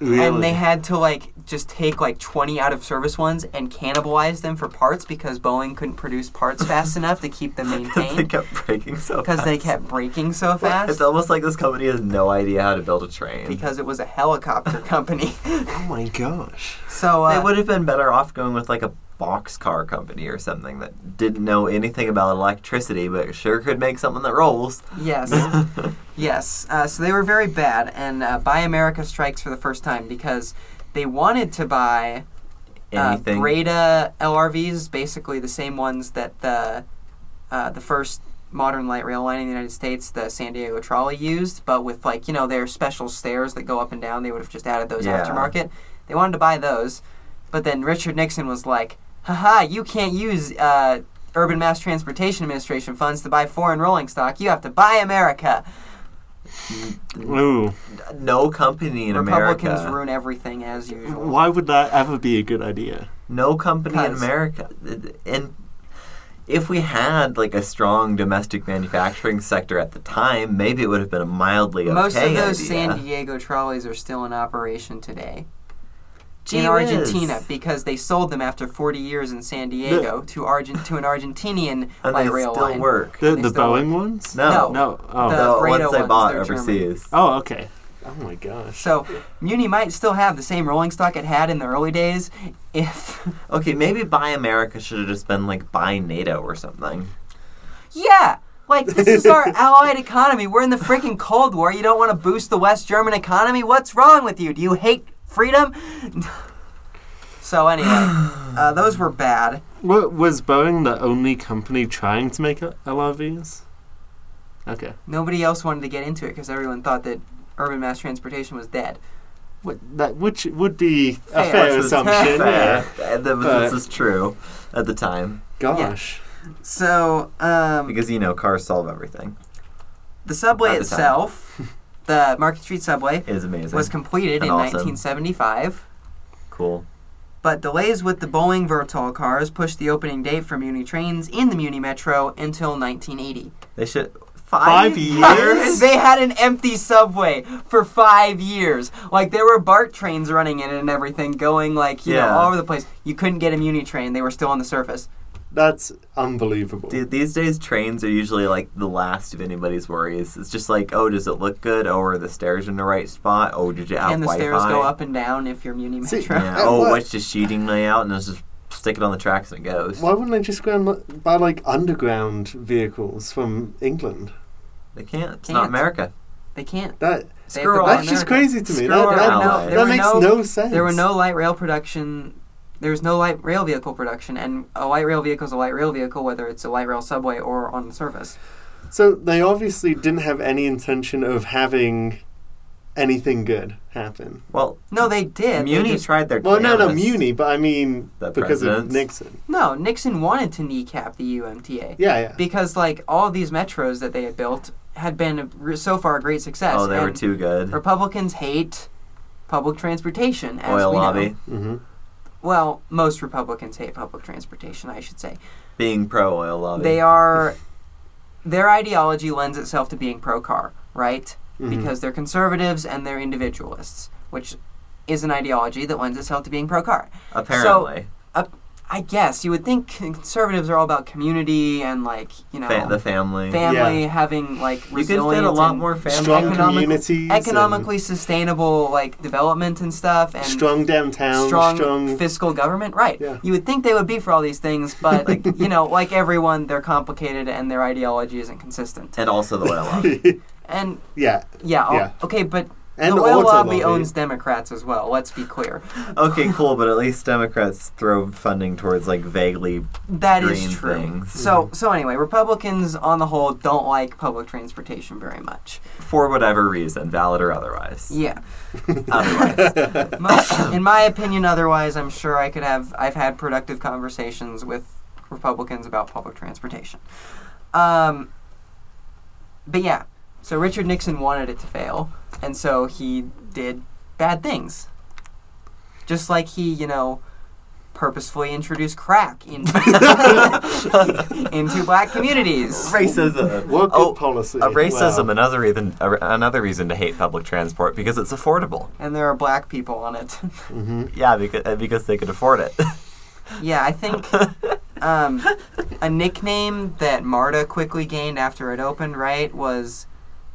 A: And they had to like just take like 20 out of service ones and cannibalize them for parts because Boeing couldn't produce parts fast enough to keep them
B: they
A: maintained
B: kept breaking so
A: because they
B: fast.
A: kept breaking so
B: It's
A: fast
B: almost like this company has no idea how to build a train.
A: because it was a helicopter company.
C: oh my gosh.
A: So
B: they
A: uh,
B: would have been better off going with like a boxcar company or something that didn't know anything about electricity but sure could make something that rolls.
A: yes, yes. Uh, so they were very bad, and uh, Buy America strikes for the first time because they wanted to buy uh,
B: Anything.
A: Breda LRVs, basically the same ones that the uh, the first modern light rail line in the United States, the San Diego Trolley, used, but with like you know their special stairs that go up and down. They would have just added those
B: Yeah.
A: aftermarket. They wanted to buy those, but then Richard Nixon was like, "Haha, you can't use." Uh, Urban Mass Transportation Administration funds to buy foreign rolling stock. You have to buy America.
C: Ooh,
B: No company in
A: Republicans
B: America.
A: ruin everything as usual.
C: why would that ever be a good idea?
B: no company in
A: Cause-
B: America. And if we had like a strong domestic manufacturing sector at the time, maybe it would have been a mildly okay
A: Most of those
B: idea.
A: San Diego trolleys are still in operation today.
B: Gee
A: in
B: whiz.
A: Argentina because they sold them after 40 years in San Diego to Argent to an Argentinian
B: and
A: light
B: they
A: rail
B: still
A: line.
B: work.
C: The,
A: They
C: the
A: still
C: Boeing ones?
B: No.
A: No.
C: No. Oh.
A: The-
B: the
A: Breda
B: ones they
A: ones,
B: bought
A: they're German.
B: overseas.
C: oh, okay. Oh my gosh.
A: So Muni might still have the same rolling stock it had in the early days if
B: Okay, maybe Buy America should have just been like Buy NATO or something.
A: Yeah. Like this is our allied economy. We're in the freaking Cold War. You don't want to boost the West German economy? What's wrong with you? Do you hate freedom? so anyway, uh, those were bad.
C: What, was Boeing the only company trying to make LRVs? Okay.
A: Nobody else wanted to get into it because everyone thought that urban mass transportation was dead.
C: What, that which would be
A: Fair.
C: a fair
B: Which was
C: assumption.
B: fair.
C: yeah.
B: Uh, th-
C: But-
B: This is true at the time
C: Gosh.
A: So um,
B: because you know cars solve everything.
A: the subway
B: At the time.
A: itself, the Market Street subway,
B: It is amazing.
A: was completed
B: And
A: in
B: awesome.
A: 1975.
B: cool.
A: But delays with the Boeing Vertol cars pushed the opening date for Muni trains in the Muni Metro until 1980.
B: They should five,
C: Five
B: years.
A: they had an empty subway for five years. Like there were BART trains running in it and everything, going like you know
B: Yeah.
A: all over the place. You couldn't get a Muni train; they were still on the surface.
C: That's unbelievable.
B: Dude, these days trains are usually like the last of anybody's worries. It's just like, oh, does it look good? Oh, are the stairs in the right spot? Oh, did you have
A: and the
B: Wi-Fi?
A: stairs go up and down if you're Muni
C: See,
A: Metro.
B: Yeah.
C: At
B: Oh,
C: what-
B: what's the sheeting layout? And it's just stick it on the tracks and it goes.
C: Why wouldn't they just go and li- buy like underground vehicles from England?
B: They can't. It's
A: Can't.
B: not America.
A: They can't.
C: That
A: They
B: Screw
A: have to buy
B: off.
C: that's just
A: America.
C: crazy to me.
B: Screw
C: That,
B: our
C: that-
B: allies.
C: that
A: There were
C: makes
A: no-
C: no, sense.
A: There were no light rail production. There was no light rail vehicle production, and a light rail vehicle is a light rail vehicle, whether it's a light rail subway or on the surface.
C: So they obviously didn't have any intention of having anything good happen.
B: Well,
A: No, they did. They
B: Muni
A: just-
B: tried their.
C: Well, no, no,
B: damnedest.
C: Muni, but I mean
B: The
C: because of
B: presidents.
C: Nixon.
A: no, Nixon wanted to kneecap the UMTA.
C: Yeah, yeah.
A: because like all these metros that they had built had been a- re- so far a great success.
B: Oh, they were
A: and
B: too good.
A: Republicans hate public transportation. As
B: Oil
A: we know.
B: lobby
C: hmm
A: Well, most Republicans hate public transportation. I should say
B: being pro oil lobby.
A: they are. Their ideology lends itself to being pro car, right?
B: Mm-hmm.
C: Mhm.
A: Because they're conservatives and they're individualists, which is an ideology that lends itself to being pro car.
B: apparently
A: I guess you would think conservatives are all about community and like you know
B: Fa- the family.
A: family having like
B: you could fit a
A: resilience
B: lot
A: and
B: more family.
C: Strong
A: Economic-
C: communities,
A: economically sustainable like development and stuff and
C: and strong downtown,
A: strong
C: strong,
A: fiscal government right
C: Yeah.
A: you would think they would be for all these things but like, you know like everyone they're complicated and their ideology isn't consistent
B: and also the oil lobby.
A: and
C: yeah,
A: yeah, oh,
C: Yeah.
A: okay but
C: and
A: the oil
C: auto
A: lobby owns democrats as well let's be clear
B: okay, cool, but at least Democrats throw funding towards like vaguely
A: That is
B: Green
A: true
B: things.
A: so so anyway republicans on the whole don't like public transportation very much
B: for whatever reason, valid or otherwise.
A: yeah
B: Otherwise.
A: Most, in my opinion, otherwise, I'm sure I could have. I've had productive conversations with Republicans about public transportation. Um, but yeah, so Richard Nixon wanted it to fail, and so he did bad things. Just like he, you know, purposefully introduced crack into, into black communities.
B: racism.
C: What good
B: oh,
C: policy?
B: uh, racism,
C: Wow.
B: another reason, a- another reason to hate public transport because it's affordable.
A: And there are black people on it.
C: Mm-hmm.
B: Yeah, because uh, because they could afford it.
A: Yeah, I think um, a nickname that MARTA quickly gained after it opened, right, was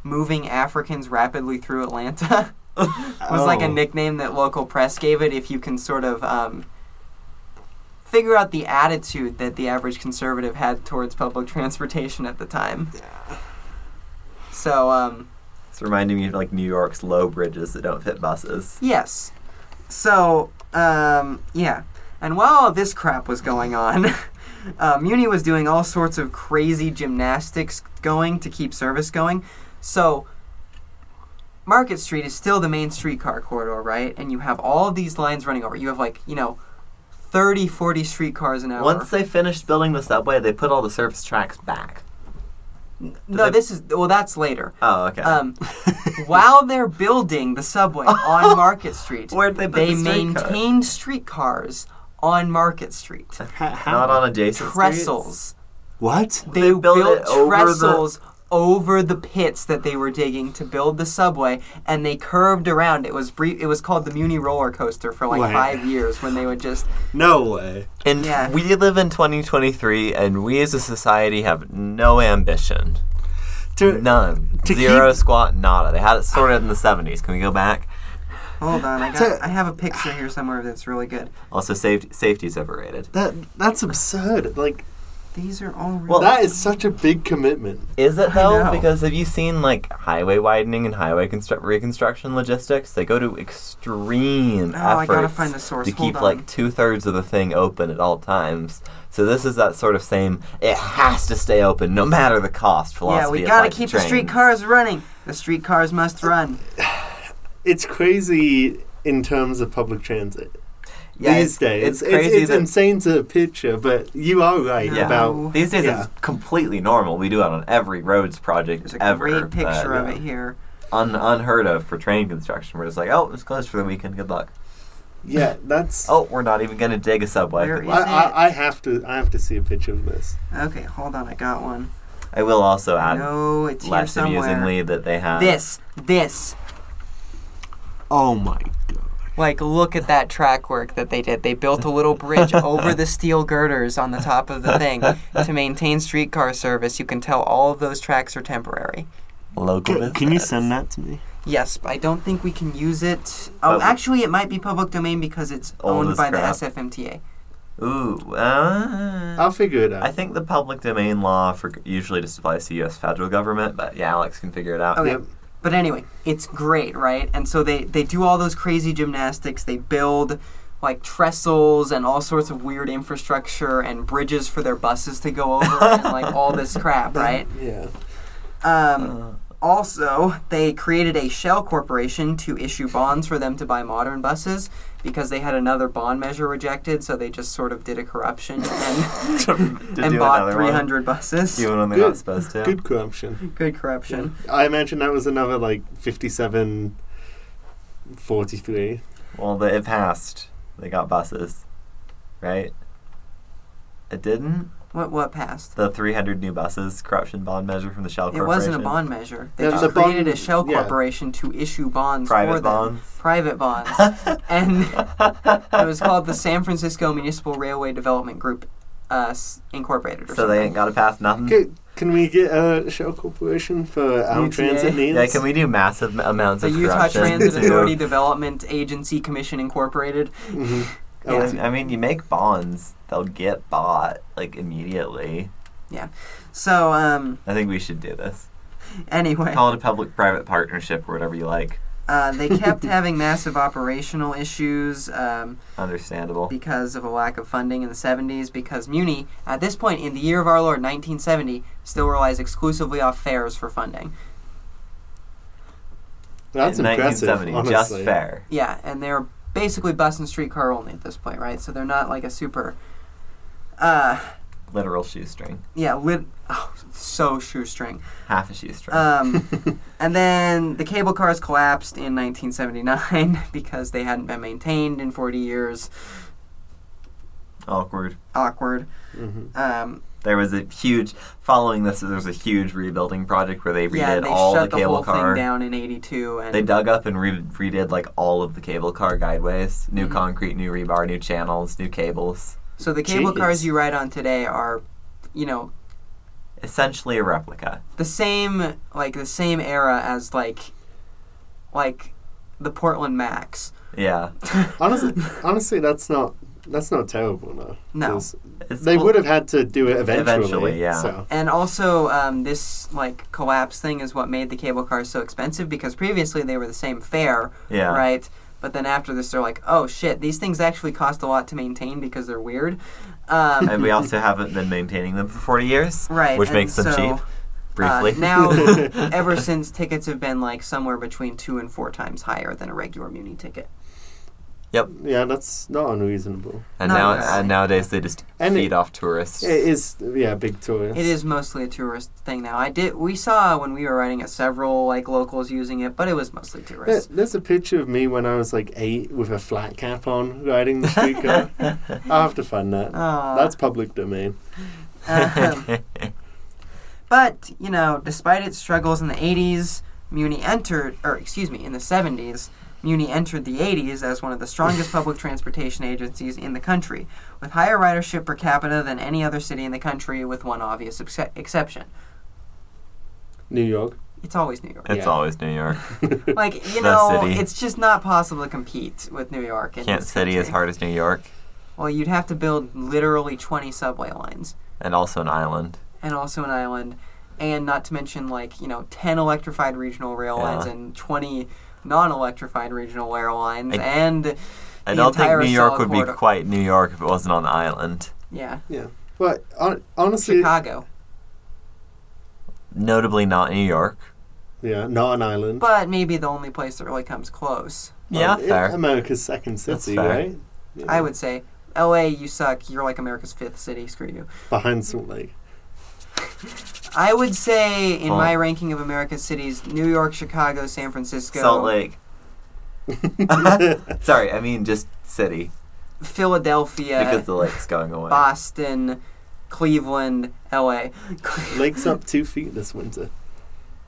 A: moving Africans rapidly through Atlanta. was like a
C: Oh.
A: nickname that local press gave it if you can sort of um, figure out the attitude that the average conservative had towards public transportation at the time. So, um,
B: it's reminding me of like New York's low bridges that don't fit buses.
A: yes. So, um, yeah. And while all this crap was going on, uh, Muni was doing all sorts of crazy gymnastics going to keep service going. So, Market Street is still the main streetcar corridor, right? And you have all of these lines running over. You have like, you know, 30, 40 streetcars an hour.
B: Once they finished building the subway, they put all the surface tracks back.
A: no,
B: they-
A: this is, well, that's later.
B: Oh, okay.
A: Um, while they're building the subway on Market Street,
B: Where'd they put
A: they
B: the streetcar?
A: maintain streetcars on Market Street.
B: Not on adjacent streets.
A: Trestles.
C: What?
A: They,
B: They built
A: built
B: it over the-
A: trestles over the pits that they were digging to build the subway, and they curved around. It was brief. It was called the Muni roller coaster for like
C: Wow.
A: five years when they would just
C: No way.
B: And
A: Yeah.
B: we live in 2023, and we as a society have no ambition.
D: to
B: None.
D: to
B: Zero
D: keep-
B: squat nada. They had it sorted in the 70s. Can we go back?
A: Hold on, I got.
C: So-
A: I have a picture here somewhere that's really good.
B: Also, safety, safety's overrated.
C: That that's absurd. Like
A: These are all. Really
B: Well,
C: that is such a big commitment.
B: Is it
A: I
B: though?
A: know.
B: Because have you seen like highway widening and highway constru- reconstruction logistics? They go to extreme
A: Oh, I
B: efforts
A: gotta find the source.
B: to
A: Hold
B: keep
A: on.
B: like two thirds of the thing open at all times. So this is that sort of same. It has to stay open no matter the cost. Philosophy.
A: yeah, we
B: of,
A: gotta
B: like,
A: keep the
B: trains.
A: street cars running. The street cars must run.
C: It's crazy in terms of public transit
B: Yeah, it's-
C: these days.
B: It's crazy
C: it's
B: that
C: insane to picture, but you are right
A: Yeah.
C: about.
B: these days
C: yeah.
B: it's completely normal. We do it on every roads project
A: There's a
B: ever. uh,
A: great picture
B: but
A: of it here.
B: Un- unheard of for train construction. We're just like, oh, it's closed for the weekend. Good luck.
C: Yeah, that's.
B: Oh, we're not even gonna dig a subway.
A: Where
B: Good
A: is
B: luck.
C: I, I, I have to I have to see a picture of this.
A: Okay, hold on, I got one.
B: I will also add.
A: no, it's here
B: less
A: somewhere.
B: amusingly that they have
A: This, this.
C: Oh my god!
A: Like, look at that track work that they did. They built a little bridge over the steel girders on the top of the thing to maintain streetcar service. You can tell all of those tracks are temporary.
B: local.
C: can you send that to me?
A: Yes, but I don't think we can use it. Oh,
B: Public-
A: actually, it might be public domain because it's
B: Old
A: owned
B: as
A: by
B: crap.
A: the SFMTA.
B: Ooh, uh,
C: I'll figure it out.
B: I think the public domain law for usually just applies to U.S. federal government, but yeah, Alex can figure it out.
A: Okay.
C: Yep.
A: But anyway, it's great, right? And so they, they do all those crazy gymnastics. They build like trestles and all sorts of weird infrastructure and bridges for their buses to go over and like all this crap, right?
C: Yeah.
A: Um,
B: Uh,
A: also, they created a shell corporation to issue bonds for them to buy modern buses because they had another bond measure rejected, so they just sort of did a corruption and,
B: to
A: and
B: do
A: bought
B: another one.
A: 300 buses.
B: Even when they're
C: Good.
B: not supposed to.
C: Good corruption.
A: Good corruption.
C: I imagine that was another like 57, 43.
B: Mm. Well, the, it passed. They got buses, right? It didn't.
A: What what passed?
B: The 300 new buses corruption bond measure from the Shell
A: It
B: Corporation.
A: was't a bond measure. They
C: Yeah,
A: just
C: the bond-
A: created a shell
C: yeah.
A: corporation to issue bonds for
B: Private
A: them.
B: bonds.
A: Private bonds. and it was called the San Francisco Municipal Railway Development Group uh, s- Incorporated or
B: So
A: something.
B: they ain't got to pass nothing.
C: Okay, can we get a shell corporation for our
A: UTA?
C: transit needs?
B: Yeah, can we do massive m- amounts
A: the
B: of
A: Utah
B: corruption?
A: Transit
B: to-
A: Authority Development Agency Commission Incorporated.
C: Mhm.
B: I
A: Yeah.
B: mean- I mean, you make bonds, they'll get bought like immediately.
A: So um,
B: I think we should do this.
A: anyway,
B: Call it a public-private partnership or whatever you like.
A: uh, they kept having massive operational issues. Um,
B: Understandable.
A: because of a lack of funding in the 70s because muni at this point in the year of our lord 1970 still relies exclusively off fares for funding
C: That's
B: In
C: impressive.
B: 1970,
C: honestly.
B: just fair.
A: yeah and they're basically bus and streetcar only at this point right so they're not like a super uh
B: Literal shoestring,
A: yeah lit oh, so shoestring
B: half a shoestring.
A: um and then the cable cars collapsed in 1979 because they hadn't been maintained in 40 years
B: Awkward.
A: awkward
C: Mhm.
A: um
B: There was a huge following this. There was a huge rebuilding project where they redid
A: yeah they
B: all
A: shut
B: the
A: the,
B: cable
A: whole
B: car.
A: thing down in 82 and
B: They dug up and re- redid like all of the cable car guideways. New
A: Mhm.
B: concrete, new rebar, new channels, new cables.
A: So the cable
C: Jeez.
A: cars you ride on today are, you know,
B: Essentially a replica.
A: the same like the same era as like, like, the Portland Max.
B: Yeah.
C: Honestly, honestly, that's not that's not terrible, no.
A: No.
C: 'Cause
B: It's-
C: They
B: well,
C: would have had to do it eventually.
B: Eventually, yeah.
C: So.
A: And also, um, this like collapse thing is what made the cable cars so expensive because previously they were the same fare,
B: Yeah.
A: right? But then after this, they're like, oh shit, these things actually cost a lot to maintain because they're weird. Um,
B: and we also haven't been maintaining them for 40 years,
A: right,
B: which
A: and
B: makes them
A: so,
B: cheap.
A: uh,
B: Briefly,
A: now, ever since tickets have been like somewhere between two and four times higher than a regular Muni ticket.
C: Yeah, that's not unreasonable.
B: and
A: not
B: now
A: really.
B: and nowadays they just
C: And
B: feed
C: it-
B: off tourists.
C: It is, yeah, big tourist.
A: It is mostly a tourist thing now. I did we saw when we were riding at several like locals using it, but it was mostly
C: There-
A: tourists.
C: There's a picture of me when I was like eight with a flat cap on riding the streetcar.
A: Uh,
C: I'll have to find that.
A: Aw.
C: That's public domain.
A: Um, but you know, despite its struggles in the 80s, Muni entered, or excuse me, in the 70s, Muni entered the 80s as one of the strongest public transportation agencies in the country, with higher ridership per capita than any other city in the country, with one obvious ex- exception.
C: New York.
A: It's always New York.
B: It's
C: Yeah.
B: always New York.
A: Like you
B: The
A: know,
B: city.
A: it's just not possible to compete with New York. in
B: Can't
A: this
B: city as
A: country.
B: hard as New York,
A: Well, you'd have to build literally 20 subway lines,
B: and also an island.
A: and also an island, and not to mention like you know 10 electrified regional rail
B: Yeah.
A: lines and 20 non-electrified regional rail lines,
B: I-
A: and
B: I
A: The
B: don't think
A: entire
B: New York
A: solid
B: would be
A: corridor.
B: quite New York if it wasn't on the island.
A: yeah,
C: Well, hon- honestly,
A: Chicago.
B: Notably, not New York.
C: yeah, not an island.
A: But maybe the only place that really comes close.
B: Yeah,
C: Well, it-
B: fair.
C: America's second city,
B: fair.
C: right? Yeah.
A: I would say, L.A. You suck. You're like America's fifth city. Screw you.
C: behind Salt Lake.
A: I would say in
B: Well-
A: my ranking of America's cities, New York, Chicago, San Francisco,
B: Salt Lake. Sorry, I mean just city
A: Philadelphia,
B: because the lake's going away.
A: Boston, Cleveland, L.A. Cle-
C: Lake's up two feet this winter.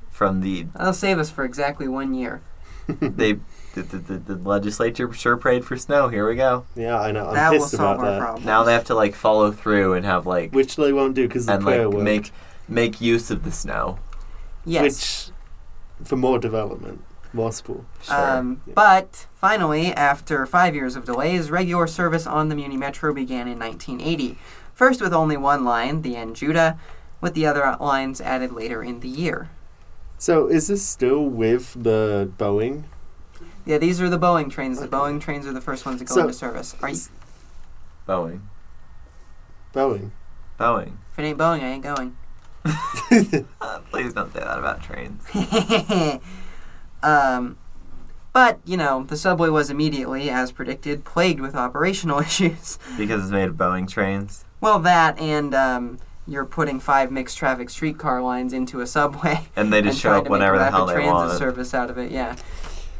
B: From the
A: I'll save us for exactly one year.
B: they the, the, the, the legislature sure prayed for snow. Here we go.
C: Yeah, I know. I'm
A: that will
C: pissed about
A: solve our
C: that.
A: problem.
B: Now they have to like follow through and have like
C: Which they won't do because the
B: and like
C: prayer work.
B: make make use of the snow.
A: yes.
C: Which for more development, more spool.
B: Sure.
A: Um,
C: Yeah.
A: But finally, after five years of delays, regular service on the Muni Metro began in 1980. First with only one line, the Anjuda, with the other lines added later in the year.
C: So is this still with the Boeing?
A: Yeah, these are the Boeing trains. The
C: Okay.
A: Boeing trains are the first ones to go
C: So-
A: into service. Are you,
C: s-
B: Boeing.
C: Boeing.
B: Boeing.
A: if it ain't Boeing, I ain't going.
B: Uh, please don't say that about trains.
A: um, but, you know, the subway was immediately, as predicted, plagued with operational issues.
B: Because it's made of Boeing trains.
A: Well, that and um, you're putting five mixed traffic streetcar lines into a subway.
B: And they just
A: and
B: show
A: tried
B: up
A: to
B: whenever
A: make
B: the hell
A: rapid
B: they
A: transit
B: want.
A: service out of it. Yeah.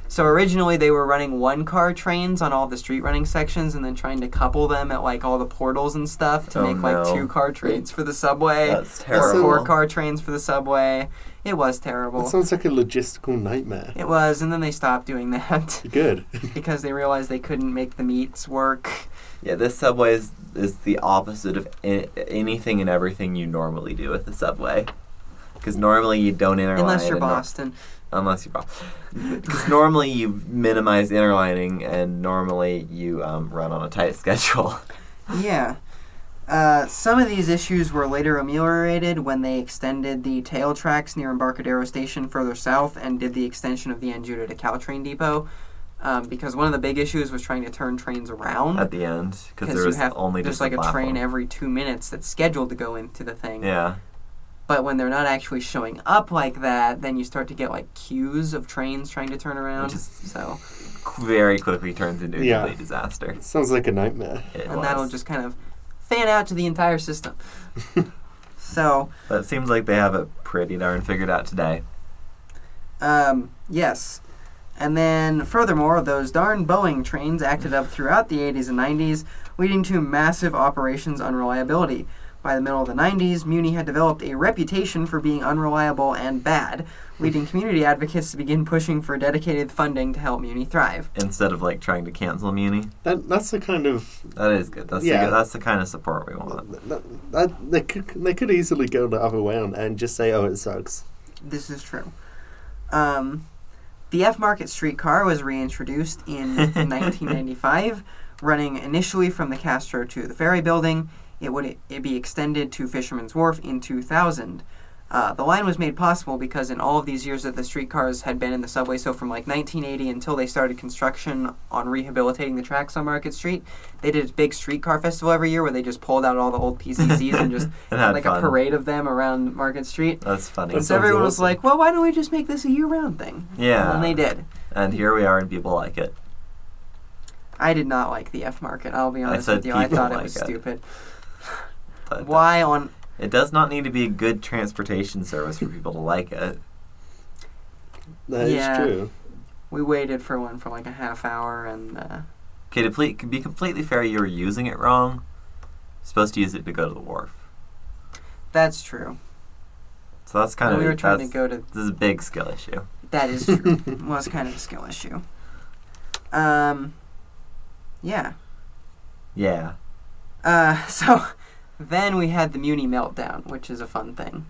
A: So originally they were running one car trains on all the street running sections and then trying to couple them at like all the portals and stuff to
B: Oh,
A: make like
B: no.
A: two car trains for the subway.
B: That's
A: or
B: terrible.
A: four car trains for the subway. It was terrible.
C: That sounds like a logistical nightmare.
A: it was, and then they stopped doing that
C: Good.
A: because they realized they couldn't make the meets work.
B: Yeah, this subway is, is the opposite of a- anything and everything you normally do with the subway. Because normally you don't interline.
A: Unless you're
B: and nor-
A: Boston.
B: unless you're boss. Because normally you minimize interlining and normally you um, run on a tight schedule.
A: Yeah. Uh, some of these issues were later ameliorated when they extended the tail tracks near Embarcadero Station further south and did the extension of the Anjuda to Caltrain Depot. Um, because one of the big issues was trying to turn trains around.
B: at the end because Uh, there
A: you
B: was
A: have
B: only
A: there's
B: just
A: like a
B: platform.
A: train every two minutes that's scheduled to go into the thing.
B: Yeah,
A: But when they're not actually showing up like that, then you start to get like queues of trains trying to turn around.
B: Which is-
A: so
B: qu- very quickly turns into a
C: Yeah.
B: complete disaster.
C: sounds like a nightmare.
B: It
A: and
B: was.
A: that'll just kind of fan out to the entire system. so
B: That seems like they have it pretty darn figured out today.
A: Um, yes. And then, furthermore, those darn Boeing trains acted up throughout the 80s and 90s, leading to massive operations unreliability. By the middle of the 90s, Muni had developed a reputation for being unreliable and bad, leading community advocates to begin pushing for dedicated funding to help Muni thrive.
B: Instead of like trying to cancel Muni,
C: That that's the kind of
B: that is good. That's
C: Yeah.
B: the, good- that's the kind of support we want.
C: that, that they could they could easily go the other way on and just say, "Oh, it sucks."
A: This is true. Um, the F Market streetcar was reintroduced in 1995, running initially from the Castro to the Ferry Building. It would it be extended to Fisherman's Wharf in 2000. Uh, the line was made possible because in all of these years that the streetcars had been in the subway, so from like 1980 until they started construction on rehabilitating the tracks on Market Street, they did a big streetcar festival every year where they just pulled out all the old PCCs and just
B: And
A: had
B: had
A: like a
B: fun.
A: parade of them around Market Street.
B: That's funny.
C: That
A: So everyone was
C: awesome.
A: like, well, why don't we just make this a year round thing?
B: yeah,
A: And they did.
B: And here we are, and people like it.
A: I did not like the F market, I'll be
B: I
A: honest
B: said
A: with you. I
B: people
A: thought it
B: like
A: was
B: it.
A: stupid.
B: But
A: Why on
B: It does not need to be a good transportation service for people to like it.
C: That is
A: Yeah.
C: true.
A: we waited for one for like a half hour and uh,
B: Okay, to ple- be completely fair, you were using it wrong. supposed to use it to go to the wharf.
A: that's true.
B: So that's kind
A: And
B: of
A: Oh, we were trying to
B: that's-
A: go to
B: This is a big skill issue.
A: that is true. was kind of a skill issue. Um yeah.
B: Yeah.
A: Uh so then we had the Muni meltdown, which is a fun thing.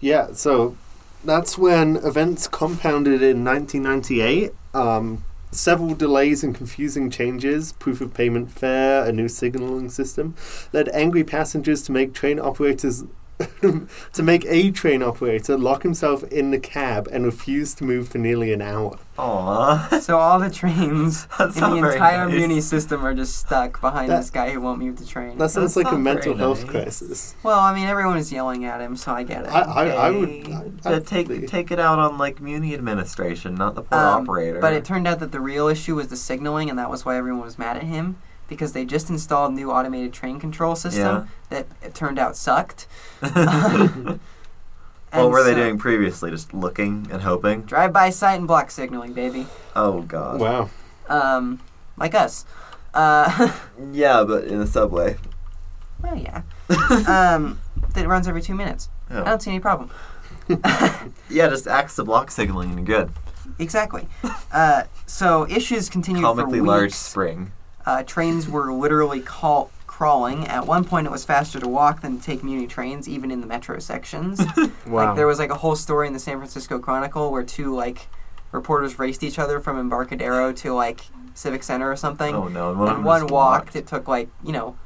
C: Yeah. So that's when events compounded in 1998. Um, several delays and confusing changes, proof of payment fare, a new signaling system, led angry passengers to make train operators. to make a train operator lock himself in the cab and refuse to move for nearly an hour.
B: Aw.
A: So all the trains
B: That's
A: in
B: not
A: the
B: very
A: entire
B: nice.
A: Muni system are just stuck behind
C: That-
A: this guy who won't move the train.
C: That sounds
B: That's
C: like a
B: not
C: mental
B: very
C: health
B: nice.
C: crisis.
A: well, I mean, everyone is yelling at him, so I get it.
C: I, I, I would. I,
B: Yeah,
C: I'd be-
B: take take it out on like Muni administration, not the poor
A: Um,
B: operator.
A: But it turned out that the real issue was the signaling, and that was why everyone was mad at him because they just installed new automated train control system that it turned out sucked.
B: what
A: And
B: were they
A: so-
B: doing previously? Just looking and hoping.
A: Drive by sight and block signaling, baby.
B: Oh god.
C: Wow.
A: Um, like us. Uh,
B: Yeah, but in the subway.
A: well, yeah. um, that runs every two minutes.
B: Oh.
A: I don't see any problem.
B: Yeah, just axe the block signaling and you're good.
A: Exactly. Uh, so issues continued
B: Comically
A: for weeks.
B: large spring.
A: Uh, trains were literally call- crawling. At one point, it was faster to walk than to take Muni trains, even in the metro sections.
C: Wow.
A: Like there was like a whole story in the San Francisco Chronicle where two like reporters raced each other from Embarcadero to like Civic Center or something.
B: Oh no, and one,
A: and one walked. It took like you know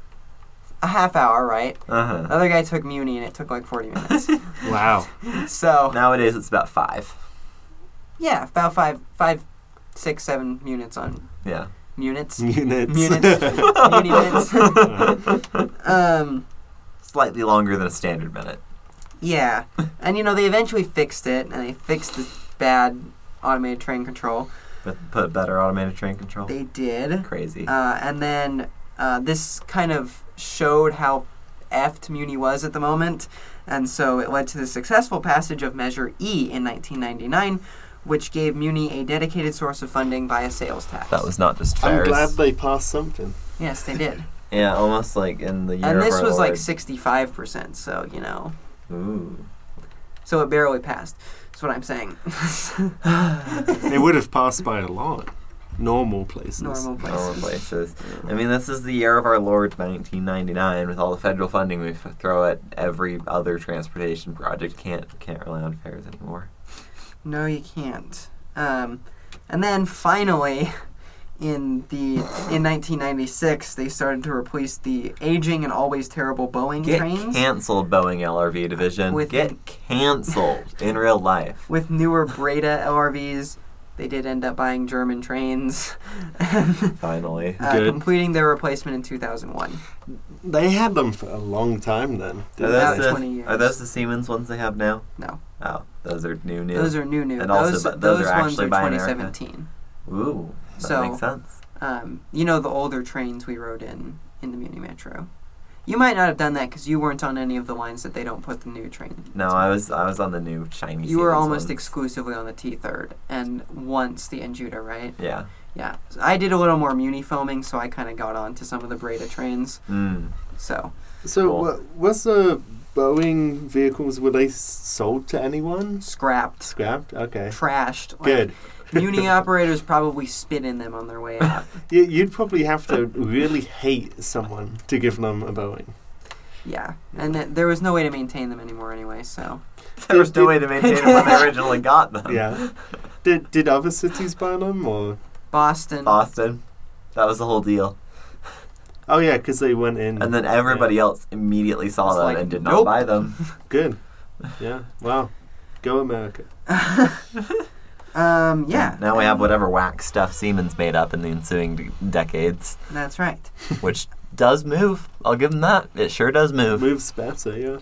A: a half hour, right?
B: Uh huh.
A: Another guy took Muni, and it took like forty minutes.
C: wow.
A: so
B: Nowadays it's about five.
A: yeah, about five, five, six, seven units on
B: Yeah.
A: units.
C: Units.
A: Units. Muni minutes. um,
B: Slightly longer than a standard minute.
A: yeah, and you know they eventually fixed it, and they fixed the bad automated train control.
B: But put better automated train control.
A: They did.
B: Crazy.
A: Uh, and then uh, this kind of showed how effed Muni was at the moment, and so it led to the successful passage of Measure E in 1999, which gave Muni a dedicated source of funding via sales tax.
B: that was not just
C: I'm
B: fares.
C: glad they passed something.
A: yes, they did,
B: yeah, almost like in the year
A: and
B: of
A: this
B: our
A: was like
B: Lord.
A: 65 percent. So you know,
B: Ooh.
A: so it barely passed. That's what I'm saying.
C: They would have passed by a lot. Normal places.
A: Normal places.
B: Normal places. I mean, this is the year of our Lord 1999. With all the federal funding we f- throw at every other transportation project, can't can't rely on fares anymore.
A: No, you can't. Um, and then finally, in the in 1996, they started to replace the aging and always terrible Boeing
B: Get
A: trains
B: canceled, Boeing LRV division.
A: With-
B: Get canceled in real life.
A: with newer Breda LRVs. They did end up buying German trains,
B: Finally,
A: uh,
C: Good.
A: completing their replacement in 2001.
C: They had them for a long time then.
B: are
C: didn't
B: those,
A: About
C: they?
B: the,
A: 20 years.
B: are those the Siemens ones they have now?
A: No.
B: Oh, those are new new.
A: Those are new, new.
B: And also,
A: those
B: but those
A: those,
B: are
A: ones
B: actually
A: are
B: by
A: 2017.
B: Ooh, that
A: So-
B: makes sense.
A: Um, you know the older trains we rode in in the Muni Metro. You might not have done that because you weren't on any of the lines that they don't put the new train.
B: No, I was I was on the new Chinese.
A: You were
B: Siemens
A: almost
B: ones.
A: exclusively on the T third and once the Enjuta, right?
B: yeah.
A: Yeah. So I did a little more Muni filming, so I kind of got on to some of the Breda trains.
B: Mm.
A: So
C: So,
B: Cool.
C: wa- was the Boeing vehicles, were they s- sold to anyone?
A: scrapped,
C: Scrapped?
A: eh?
C: Okay.
A: trashed. like,
C: Good.
A: Muni operators probably spit in them on their way out.
C: You, you'd probably have to really hate someone to give them a Boeing.
A: Yeah, and th- there was no way to maintain them anymore anyway. So
B: There was no way to maintain them when they originally got them.
C: Yeah. Did, did other cities buy them or?
A: Boston,
B: Boston. That was the whole deal.
C: Oh yeah, because they went in.
B: And then everybody else immediately saw
A: It's
B: them
A: like,
B: and did not
A: nope.
B: buy them.
C: Good. Yeah. Wow. Go America.
A: um, yeah.
B: Now we have
A: and
B: whatever whack stuff Siemens made up in the ensuing d- decades,
A: That's right.
B: which does move. I'll give them that. It sure does move.
C: Moves better. Yeah.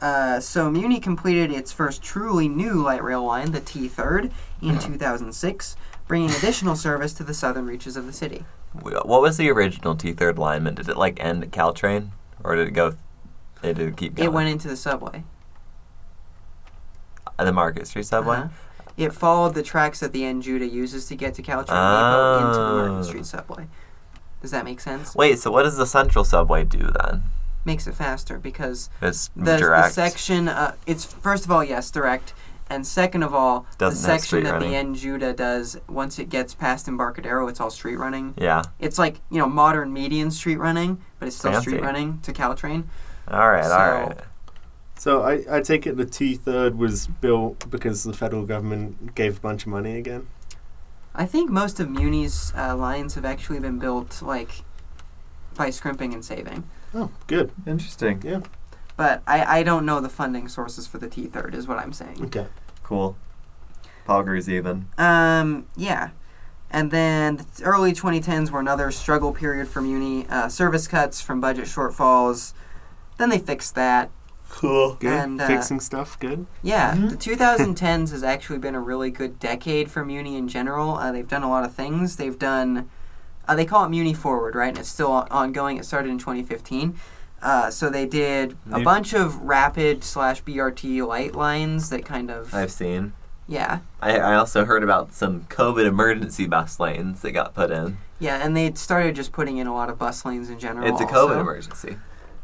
A: Uh, so Muni completed its first truly new light rail line, the T3rd, in 2006, bringing additional service to the southern reaches of the city.
B: W- What was the original T third alignment? Did it like end at Caltrain, or did it go? It did keep going.
A: It went into the subway.
B: Uh, the Market Street subway.
A: Uh-huh. It followed the tracks that the Enjuta uses to get to Caltrain Depot into the
B: Oh.
A: Market Street subway. Does that make sense?
B: Wait, so what does the Central subway do then?
A: Makes it faster because
B: It's
A: the, the
B: direct.
A: section. Uh, it's first of all yes, direct, and second of all,
B: Doesn't
A: the
B: have
A: section
B: street
A: that
B: running.
A: the Enjuta does once it gets past Embarcadero, it's all street running.
B: yeah.
A: It's like you know modern median street running, but it's still
B: Fancy.
A: street running to Caltrain.
B: All right.
A: So-
B: all right.
C: So I, I take it the T third was built because the federal government gave a bunch of money again.
A: I think most of Muni's uh, lines have actually been built like by scrimping and saving.
C: Oh, good.
B: Interesting.
A: But I, I don't know the funding sources for the T third is what I'm saying.
C: Okay.
B: Cool. Poggers even.
A: Um, yeah. And then the t- early 2010s were another struggle period for Muni. Uh, service cuts from budget shortfalls. Then they fixed that.
B: Cool.
C: Good.
A: And, uh,
C: Fixing stuff. Good.
A: Yeah,
B: Mhm.
A: the 2010s has actually been a really good decade for Muni in general. Uh, they've done a lot of things. They've done, uh, they call it Muni Forward, right? And it's still on- ongoing. It started in 2015. Uh, so they did a
B: New-
A: bunch of rapid slash BRT light lines that kind of,
B: I've seen.
A: yeah,
B: I, I also heard about some COVID emergency bus lanes that got put in.
A: yeah, and they started just putting in a lot of bus lanes in general.
B: It's a
A: also.
B: COVID emergency.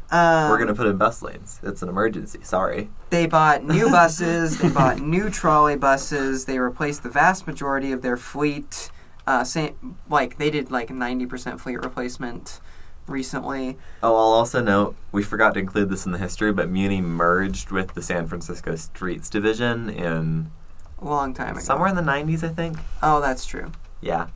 A: Um,
B: We're gonna put in bus lanes. It's an emergency. Sorry.
A: They bought new buses. they bought new trolley buses. They replaced the vast majority of their fleet. Uh, same, like they did like ninety percent fleet replacement recently.
B: Oh, I'll also note we forgot to include this in the history, but Muni merged with the San Francisco Streets Division in
A: A long time ago.
B: somewhere in the '90s, I think.
A: Oh, that's true.
B: Yeah.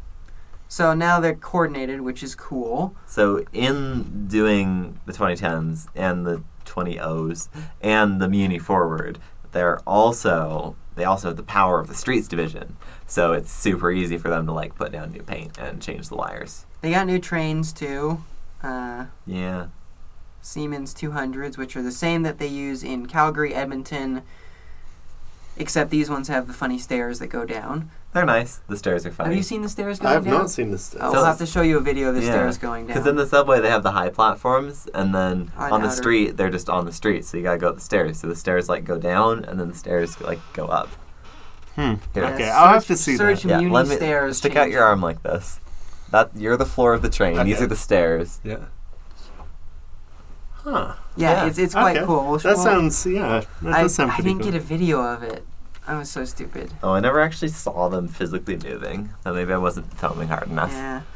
A: So now they're coordinated, which is cool.
B: So in doing the 2010s and the 20s and the Muni Forward, they're also they also have the power of the Streets Division. So it's super easy for them to like put down new paint and change the wires.
A: They got new trains too. Uh,
B: Yeah.
A: Siemens 200s, which are the same that they use in Calgary, Edmonton, except these ones have the funny stairs that go down.
B: They're nice. The stairs are funny.
A: Have you seen the stairs going
C: I have
A: down?
C: not seen this.
A: Oh,
B: So
A: I'll
B: it's-
A: have to show you a video of the
B: Yeah.
A: stairs going down.
B: Because in the subway they have the high platforms, and then
A: I
B: on the
A: doubt it.
B: street they're just on the street, so you gotta go up the stairs. So the stairs like go down, and then the stairs like go up.
C: Hmm.
B: Here.
C: Okay, I'll have to see
A: search
C: that.
A: Muni
B: let me
A: stairs.
B: stick out your
A: change.
B: arm like this. That you're the floor of the train. These
C: Okay.
B: are the stairs.
C: Yeah. Huh.
A: Yeah,
B: Yeah.
A: it's, it's quite
C: Okay.
A: cool. We'll-
C: That
A: we'll-
C: sounds yeah. That
A: I,
C: does sound
A: I
C: pretty
A: didn't
C: cool.
A: get a video of it. I was so stupid.
B: Oh, I never actually saw them physically moving. So maybe I wasn't filming hard enough.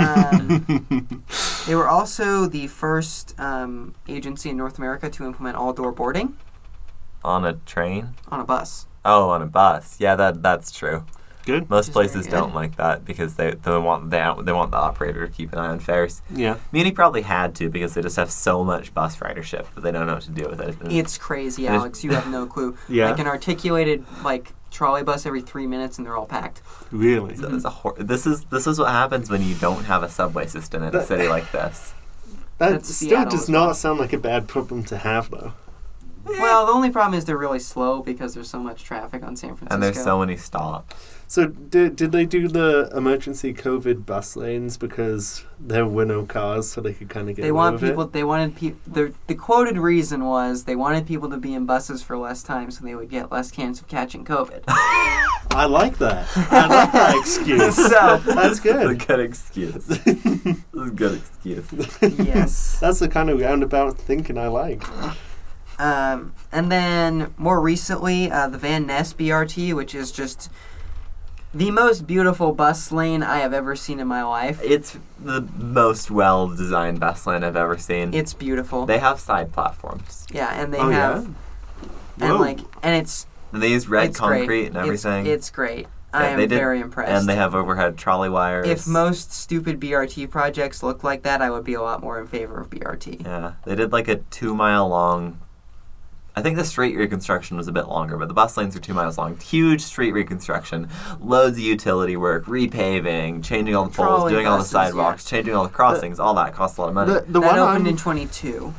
A: Yeah. Um, they were also the first um, agency in North America to implement all door boarding
B: On a train?
A: on a bus.
B: Oh, on a bus. Yeah, that that's true.
C: Good.
A: Which
B: Most
A: is very
B: places
A: good.
B: don't like that because they they want they, they want the operator to keep an eye on fares.
C: Yeah.
B: Muni probably had to because they just have so much bus ridership that they don't know what to do with it.
A: It's crazy,
B: There's-
A: Alex. You have no clue.
C: Yeah.
A: Like an articulated like trolley bus every three minutes, and they're all packed.
C: Really.
B: So
A: Mm-hmm.
B: it's a hor- this is this is what happens when you don't have a subway system in a city like this.
C: That
A: That's
C: still
A: Seattle
C: does
A: as well.
C: not sound like a bad problem to have though.
A: Well, the only problem is they're really slow because there's so much traffic on San Francisco.
B: And there's so many stops.
C: So did, did they do the emergency COVID bus lanes because there were no cars, so they could kind of get
A: They
C: away
A: want
C: with it?
A: people. They wanted people. The, the quoted reason was they wanted people to be in buses for less time, so they would get less chance of catching COVID.
C: I like that. I like that excuse.
B: So
C: That's
B: It's a
C: good.
B: good excuse. this is a good excuse.
A: yes.
C: That's the kind of roundabout thinking I like.
A: Um, and then more recently, uh, the Van Ness BRT, which is just the most beautiful bus lane I have ever seen in my life.
B: It's the most well designed bus lane I've ever seen.
A: It's beautiful.
B: they have side platforms.
A: yeah, and they
C: oh
A: have
C: yeah.
A: and
C: Whoa.
A: like and it's
B: And they use red
A: it's
B: concrete
A: great.
B: and
A: It's-
B: everything.
A: It's, great. I
B: Yeah,
A: am
B: they did-
A: very impressed.
B: and they have overhead trolley wires.
A: if most stupid BRT projects look like that, I would be a lot more in favor of BRT.
B: Yeah, they did like a two mile long. I think the street reconstruction was a bit longer, but the bus lanes were two miles long. Huge street reconstruction, loads of utility work, repaving, changing all the poles,
A: Trolley
B: doing all the
A: buses, yeah.
B: sidewalks, changing all the crossings. all that costs a lot of money.
C: the, the
A: that
C: one
A: opened
C: I'm,
A: in 22.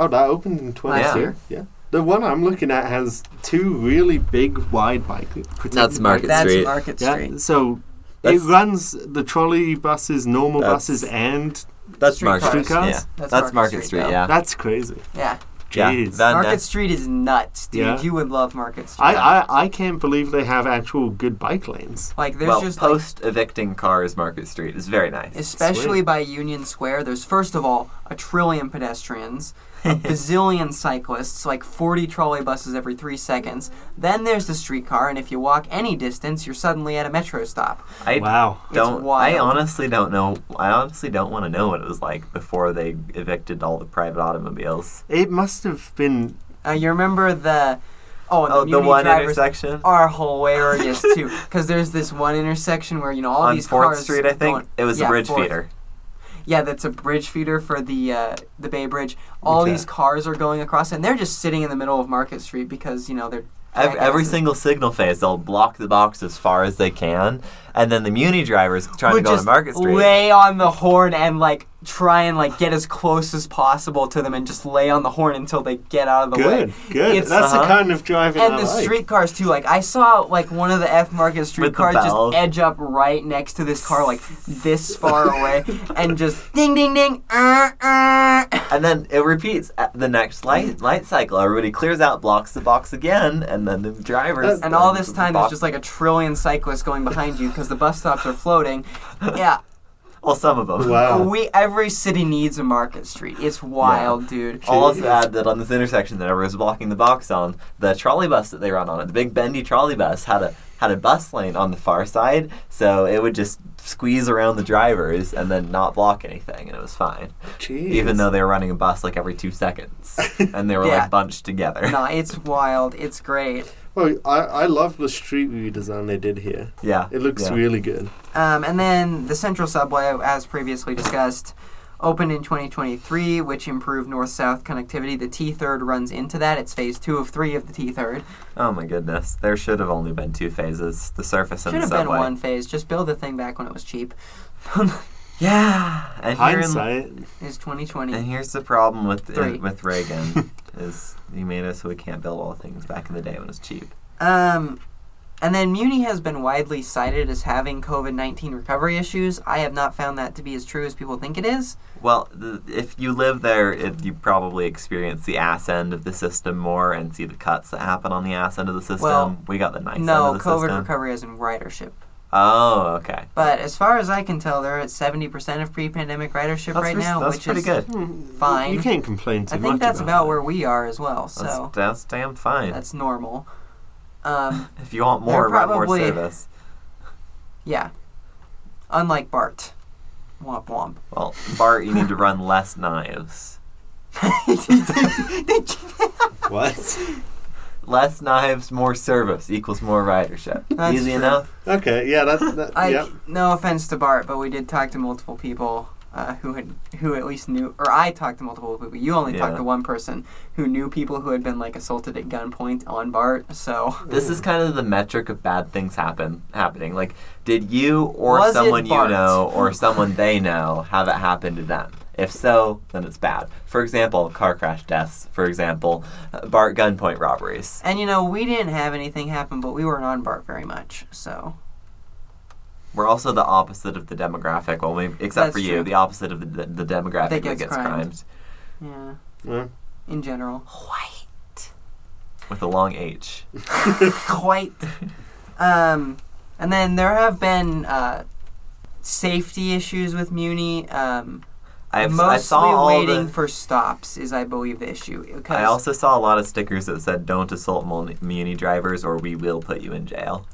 C: oh that opened in twenty
B: Last
C: two.
B: year.
C: Yeah. The one I'm looking at has two really big wide bike. protected
B: That's
C: bike-
B: Market
A: That's
B: Street.
A: Market
C: Yeah.
A: Street.
C: So
B: That's-
C: it runs the trolley buses, normal
B: That's-
C: buses, and
B: That's
A: Street
B: Market
A: cars.
B: Street.
C: Streetcars?
B: Yeah.
A: That's
B: That's,
A: Market
B: Market,
A: Street,
B: Street,
A: though.
B: yeah.
C: that's crazy.
A: Yeah.
B: Yeah,
C: Jeez.
B: that-
A: Market
B: that's-
A: Street is nuts, dude.
C: Yeah.
A: You would love Market Street.
C: I, I, I can't believe they have actual good bike lanes.
A: like, there's
B: well,
A: just like,
B: post evicting cars, Market Street is very nice.
A: especially
C: Sweet.
A: by Union Square, there's first of all a trillion pedestrians, a bazillion cyclists, like 40 trolley buses every three seconds. Then there's the streetcar, and if you walk any distance, you're suddenly at a metro stop.
B: I
C: Wow.
B: don't. I
A: wild.
B: honestly don't know. I honestly don't want to know what it was like before they evicted all the private automobiles.
C: It must have been
A: Uh, you remember the oh the,
B: oh, the
A: Muni
B: one
A: drivers
B: intersection
A: are hilarious too because there's this one intersection where you know all
B: on
A: these
B: Fourth
A: cars
B: Street, I think
A: going-
B: it was
A: Yeah,
B: a bridge
A: 4th.
B: feeder.
A: Yeah, that's a bridge feeder for the uh, the Bay Bridge. All
B: Okay.
A: these cars are going across, and they're just sitting in the middle of Market Street because you know they're
B: Ev- every
A: jackasses.
B: single signal phase, they'll block the box as far as they can, and then the Muni drivers trying
A: would
B: to go
A: just
B: to Market Street.
A: lay on the horn and like try and like get as close as possible to them and just lay on the horn until they get out of the
C: Good,
A: way.
C: good.
A: It's-
C: That's the
B: uh-huh.
C: kind of driving
A: And
C: I
A: the
C: like.
A: streetcars too. Like I saw like one of the F Market street
B: With the
A: cars just
B: bell.
A: edge up right next to this car, like this far away, and just ding ding ding. Uh, uh.
B: and then it repeats at the next light light cycle. Everybody clears out, blocks the box again, and then the drivers.
A: And all this time, there's just like a trillion cyclists going behind you because the bus stops are floating. Yeah,
B: well, some of them.
C: Wow.
A: we every city needs a market street. It's wild, dude.
B: I'll also add that on this intersection that everyone's blocking the box on, the trolley bus that they run on it, the big bendy trolley bus had a had a bus lane on the far side, so it would just squeeze around the drivers and then not block anything, and it was fine.
C: Jeez.
B: Even though they were running a bus like every two seconds, and they were
A: Yeah.
B: like bunched together.
A: Nah, it's wild. It's great.
C: Well, Oh, I, I love the street redesign they did here.
B: Yeah,
C: It looks
B: yeah.
C: really good.
A: Um, and then the Central Subway, as previously discussed, opened in 2023, which improved north-south connectivity. The T-third runs into that. It's phase two of three of the T-third.
B: Oh my goodness! There should have only been two phases: the surface
A: Should
B: and
A: have
B: the subway.
A: been one phase. Just build the thing back when it was cheap.
B: Yeah, and here in-
C: Hindsight.
A: It's 2020.
B: And here's the problem with uh,
A: Three.
B: with Reagan is he made it so we can't build all things back in the day when it's cheap.
A: Um, and then Muni has been widely cited as having COVID 19 recovery issues. I have not found that to be as true as people think it is.
B: Well, th- if you live there, it, you probably experience the ass end of the system more and see the cuts that happen on the ass end of the system.
A: Well,
B: we got the nice
A: no,
B: end of the
A: COVID
B: system.
A: recovery is in ridership.
B: oh, okay.
A: But as far as I can tell, they're at 70% of pre pandemic ridership
B: That's,
A: right
B: pres-
A: now,
B: that's
A: which
B: pretty
A: is.
B: good.
A: Fine.
C: hmm, You can't complain too
A: I
C: much.
A: think that's about
C: that.
A: where we are as well, so
B: that's, that's damn fine.
A: that's normal. Um,
B: if you want more,
A: they're
B: run more
A: probably-
B: service.
A: yeah. Unlike Bart. Womp womp.
B: Well, Bart, you need to run less knives.
C: What?
B: Less knives, more service equals more ridership.
A: That's
B: Easy
A: true.
B: enough.
C: okay, yeah, that's. That,
A: I,
C: yep.
A: No offense to Bart, but we did talk to multiple people uh, who had who at least knew, or I talked to multiple people. You only talked
B: Yeah.
A: to one person who knew people who had been like assaulted at gunpoint on Bart. So
B: This is kind of the metric of bad things happen happening. Like, did you or
A: Was it
B: someone you
A: Bart?
B: know or someone they know have it happen to them? If so, then it's bad. For example, car crash deaths. For example, uh, Bart gunpoint robberies.
A: and you know we didn't have anything happen, but we weren't on Bart very much. So
B: We're also the opposite of the demographic. Well, maybe, except
A: That's
B: for you,
A: true.
B: the opposite of the, the, the demographic
A: That
B: that
A: gets
B: gets,
A: crimed.
B: crimes
A: yeah,
C: Well,
A: in general,
B: White with a long H.
A: quite. Um, and then there have been uh, safety issues with Muni. Um,
B: I've,
A: mostly
B: I saw all
A: waiting
B: the,
A: for stops is, I believe, the issue.
B: I
A: 'cause-
B: also saw a lot of stickers that said "Don't assault muni, muni drivers, or we will put you in jail."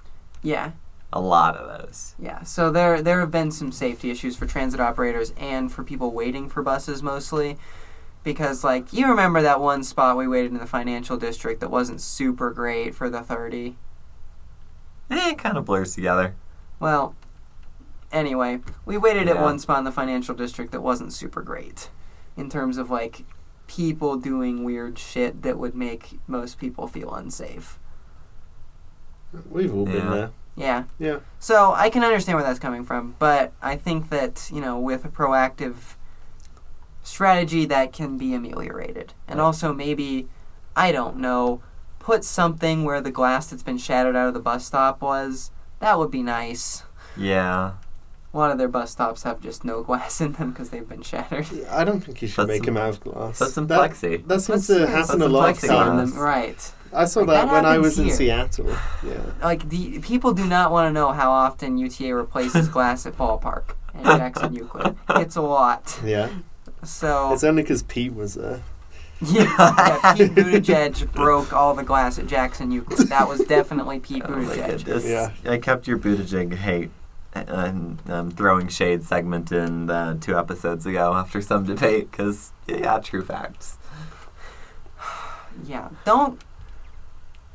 A: yeah.
B: A lot of those.
A: Yeah, so there there have been some safety issues for transit operators and for people waiting for buses mostly, because like you remember that one spot we waited in the financial district that wasn't super great for the thirty.
B: Eh, it kind of blurs together.
A: Well, anyway, we waited at
B: Yeah.
A: one spot in the financial district that wasn't super great, in terms of like people doing weird shit that would make most people feel unsafe.
C: we've all been
B: Yeah.
C: there.
A: Yeah.
C: Yeah.
A: So I can understand where that's coming from, but I think that you know, with a proactive strategy, that can be ameliorated, and also maybe, I don't know, put something where the glass that's been shattered out of the bus stop was. That would be nice.
B: Yeah,
A: A lot of their bus stops have just no glass in them because they've been shattered.
C: I don't think you
B: That's
C: should make
B: some-
C: him out of glass.
B: that's some
C: That-
B: plexi.
C: That
A: That's-
C: seems to
A: that's
C: happen a
B: some
C: lot of
B: plexiglass.
A: On
C: times.
A: them, right?
C: I saw
A: Like,
C: that,
A: that
C: when I
A: happens
C: was in
A: here.
C: Seattle. Yeah.
A: Like the people do not want to know how often UTA replaces glass at ballpark and Jackson Euclid. It's a lot.
C: Yeah.
B: Oh.
A: So
C: It's only because Pete was there.
A: Yeah, yeah, Pete Buttigieg broke all the glass at Jackson Euclid. That was definitely Pete
B: Oh my
A: Buttigieg.
B: goodness.
C: Yeah.
B: I kept your Buttigieg hate and um, throwing shade segment in uh, two episodes ago after some debate because yeah, true facts.
A: Yeah. Don't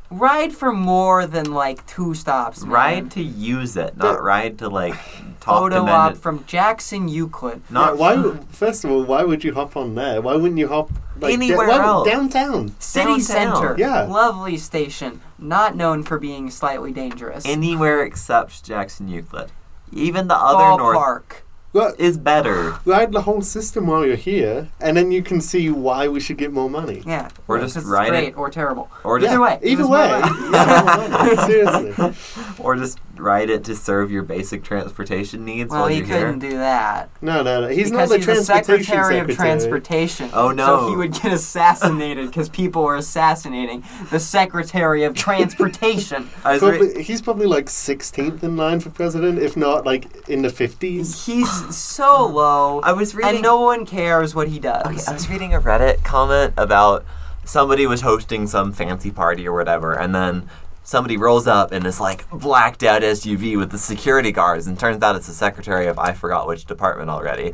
A: ride for more than like two stops. man.
B: Ride to use it, not ride to like talk to
A: Photo
B: men.
A: op from Jackson Euclid.
B: Not
C: Yeah, why? w- First of all, why would you hop on there? Why wouldn't you hop like, da-
B: Anywhere
C: why would-
B: else.
C: downtown?
A: City
B: Downtown.
A: Center.
C: Yeah.
A: Lovely station. Not known for being slightly dangerous.
B: anywhere except Jackson Euclid. Even the other north
A: Park.
C: Look,
B: is better.
C: ride the whole system while you're here, and then you can see why we should get more money.
A: Yeah.
B: Or
A: Yeah,
B: just
A: 'cause it's
B: ride it.
A: great or terrible.
B: Or
A: Either
B: just
A: way.
C: Either
A: Just
C: way,
A: move
C: yeah, more money, seriously.
B: or just ride it to serve your basic transportation needs
A: Well,
B: while
A: he
B: you're here.
A: couldn't do that.
C: No, no, no. He's
A: because
C: not the
A: he's the
C: transportation
A: secretary, of transportation.
B: Oh,
A: So
B: no.
A: he would get assassinated because people were assassinating the secretary of transportation.
B: I was re-
C: Probably, he's probably like 16th in line for president, if not like in the 50s.
A: He's so low,
B: I was reading.
A: and no one cares what he does.
B: Okay, I was reading a Reddit comment about somebody was hosting some fancy party or whatever, and then somebody rolls up in this like blacked out SUV with the security guards, and turns out it's the secretary of I forgot which department already.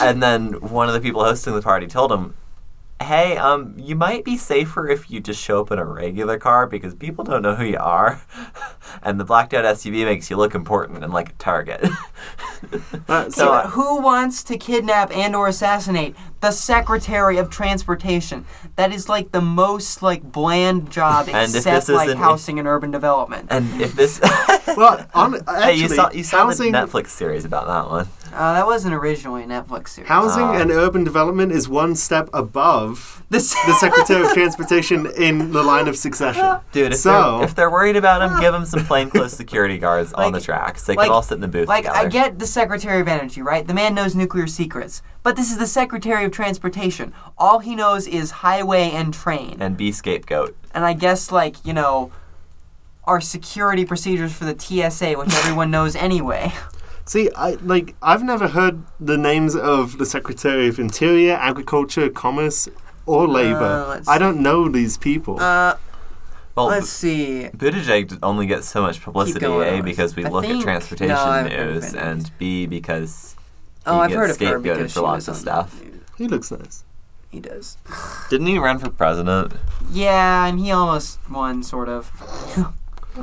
B: and then one of the people hosting the party told him. Hey, um, you might be safer if you just show up in a regular car because people don't know who you are, and the blacked out SUV makes you look important and like a target.
C: so,
B: uh,
A: But who wants to kidnap and or assassinate the secretary of transportation that is like the most like bland job
B: And if
A: except
B: this is
A: like
B: an-
A: housing and urban development uh,
B: and if this,
C: well, on, actually,
B: Hey, you saw you saw
C: housing,
B: the Netflix series about that one.
A: Uh, that wasn't originally a netflix series
C: housing
B: Ah.
C: and urban development is one step above
A: the, se-
C: the Secretary of Transportation in the line of succession.
B: Dude, if,
C: So-
B: they're, if they're worried about him, give him some plainclothes security guards on the
A: Like-
B: tracks. They
A: like-
B: can all sit in the booth
A: like
B: together.
A: i get the secretary of energy right the man knows nuclear secrets but this is the secretary of transportation all he knows is highway and train
B: and be scapegoat.
A: and I guess like you know, our security procedures for the TSA, which everyone knows anyway.
C: See, I like I've never heard the names of the Secretary of Interior, Agriculture, Commerce, or
A: Uh,
C: Labor.
A: let's
C: I don't know these people.
A: Uh,
B: Well,
A: let's see.
B: B- Buttigieg d- only gets so much publicity,
A: going
B: A,
A: on.
B: because we
A: I
B: look
A: think-
B: at transportation
A: no, I've never
B: news,
A: been
B: and B, because he
A: Oh, I've
B: gets
A: heard of her
B: scapegoated
A: because she
B: for lots
A: was
B: of
A: on-
B: stuff.
C: he looks nice.
A: He does.
B: Didn't he run for president?
A: Yeah, and he almost won, sort of,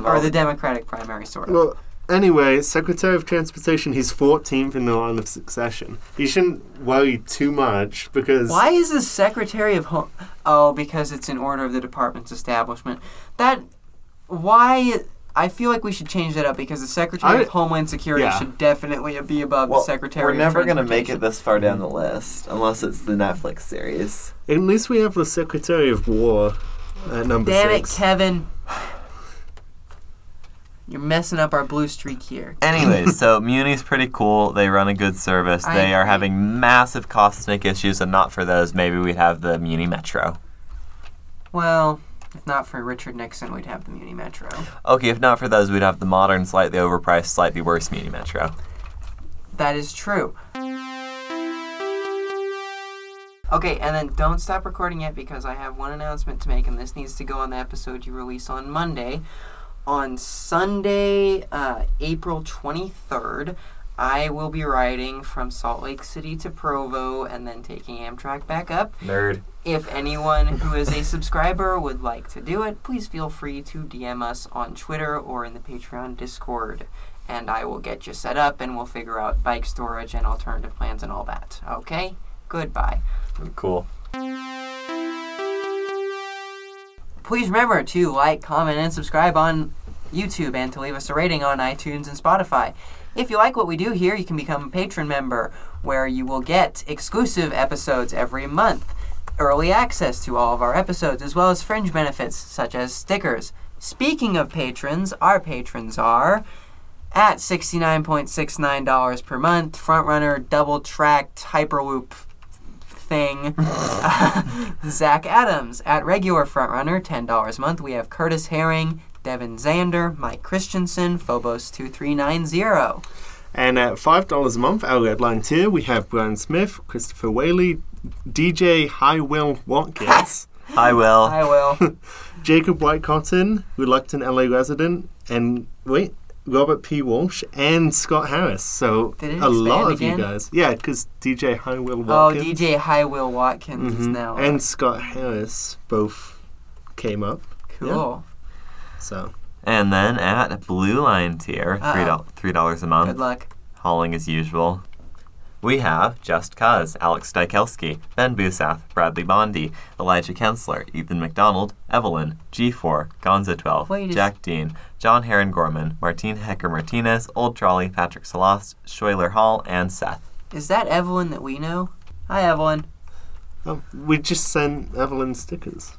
A: or the Democratic primary, sort of.
C: Well, anyway, Secretary of Transportation, he's 14th in the line of succession. He shouldn't worry too much because
A: Why is the Secretary of Home? Oh, because it's in order of the department's establishment. That why. I feel like we should change that up because the Secretary
C: I-
A: of Homeland Security
C: yeah.
A: should definitely be above the Secretary.
B: we're
A: of
B: never going to make
A: Transportation.
B: it this far down the list unless it's the Netflix series.
C: at least we have the Secretary of War at number
A: Damn it,
C: six.
A: Kevin. You're messing up our blue streak here.
B: Anyways, so Muni's pretty cool. They run a good service.
A: I
B: they are
A: agree.
B: having massive costnic issues, and not for those, maybe we'd have the Muni Metro.
A: Well, if not for Richard Nixon, we'd have the Muni Metro.
B: Okay, if not for those, we'd have the modern, slightly overpriced, slightly worse Muni Metro.
A: That is true. Okay, and then don't stop recording yet because I have one announcement to make, and this needs to go on the episode you release on Monday. On Sunday, uh, April 23rd, I will be riding from Salt Lake City to Provo and then taking Amtrak back up.
B: Nerd.
A: If anyone who is a subscriber would like to do it, please feel free to DM us on Twitter or in the Patreon Discord, and I will get you set up and we'll figure out bike storage and alternative plans and all that. Okay? Goodbye.
B: Cool.
A: Please remember to like, comment, and subscribe on YouTube and to leave us a rating on iTunes and Spotify. If you like what we do here, you can become a patron member where you will get exclusive episodes every month, early access to all of our episodes, as well as fringe benefits such as stickers. Speaking of patrons, our patrons are at $69.69 per month, frontrunner, double tracked, hyperloop thing. Zach Adams at regular frontrunner, ten dollars a month. We have Curtis Herring, Devin Zander, Mike Christensen, Phobos two three nine zero.
C: And at five dollars a month, our red line tier, we have Brian Smith, Christopher Whaley, DJ High Will Watkins,
B: Hi, Will.
A: I will.
C: Jacob White Cotton, reluctant LA resident, and wait, Robert P. Walsh and Scott Harris. So
A: Did it
C: a lot
A: expand
C: of
A: again?
C: you guys. Yeah, because DJ Highwill
A: Oh,
C: Watkins
A: DJ High Will Watkins is
C: mhm,
A: now.
C: and Scott Harris both came up.
A: cool.
C: So
B: And then at Blue Line tier, three
A: Uh-oh.
B: doll- three dollars a month,
A: Good luck.
B: hauling as usual. We have Just Cuz, Alex Dykelski, Ben Busath, Bradley Bondy, Elijah Kensler, Ethan McDonald, Evelyn, G4, Gonza12,
A: Wait a
B: Jack Dean, John Heron Gorman, Martine Hecker Martinez, Old Trolley, Patrick Salas, Schuyler Hall, and Seth.
A: Is that Evelyn that we know? Hi, Evelyn.
C: oh, we just sent Evelyn stickers.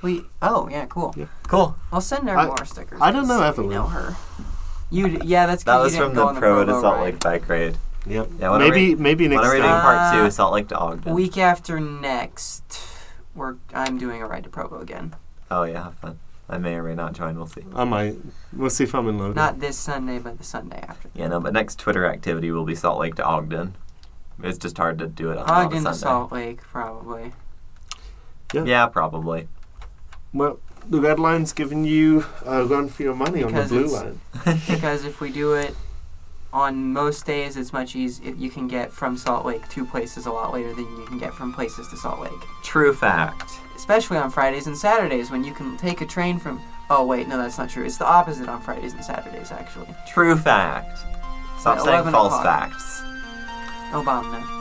A: We. Oh, yeah, cool.
B: Cool.
A: I'll send her
C: I-
A: more stickers.
C: I don't
A: 'cause
C: know
A: we
C: Evelyn.
A: know her. You. d- Yeah, that's. 'cause
B: That
A: you
B: was
A: didn't
B: from
A: go
B: the
A: on
B: Pro to
A: Provo
B: Salt
A: ride.
B: Lake bike raid.
C: Yep.
B: Yeah, what a
C: maybe maybe
B: What
C: next
B: are we doing
C: time.
B: part
A: Uh,
B: two, Salt Lake to Ogden?
A: Week after next, we're. I'm doing a ride to Provo again.
B: oh yeah, have fun. I may or may not join, we'll see.
C: I might. We'll see if I'm in Logan.
A: Not this Sunday, but the Sunday after.
B: Yeah, no, but next Twitter activity will be Salt Lake to Ogden. It's just hard to do it on on a
A: Ogden to
B: Sunday.
A: Salt Lake, probably.
B: Yeah, probably.
C: well, the red line's giving you a run for your money on the
A: Because
C: blue
A: it's-
C: line.
A: because if we do it on most days, it's much easier. You can get from Salt Lake to places a lot later than you can get from places to Salt Lake.
B: True fact.
A: Especially on Fridays and Saturdays when you can take a train from. Oh, wait, no, that's not true. It's the opposite on Fridays and Saturdays, actually.
B: True fact. Stop
A: At
B: saying
A: 11
B: false
A: o'clock.
B: facts.
A: Obama.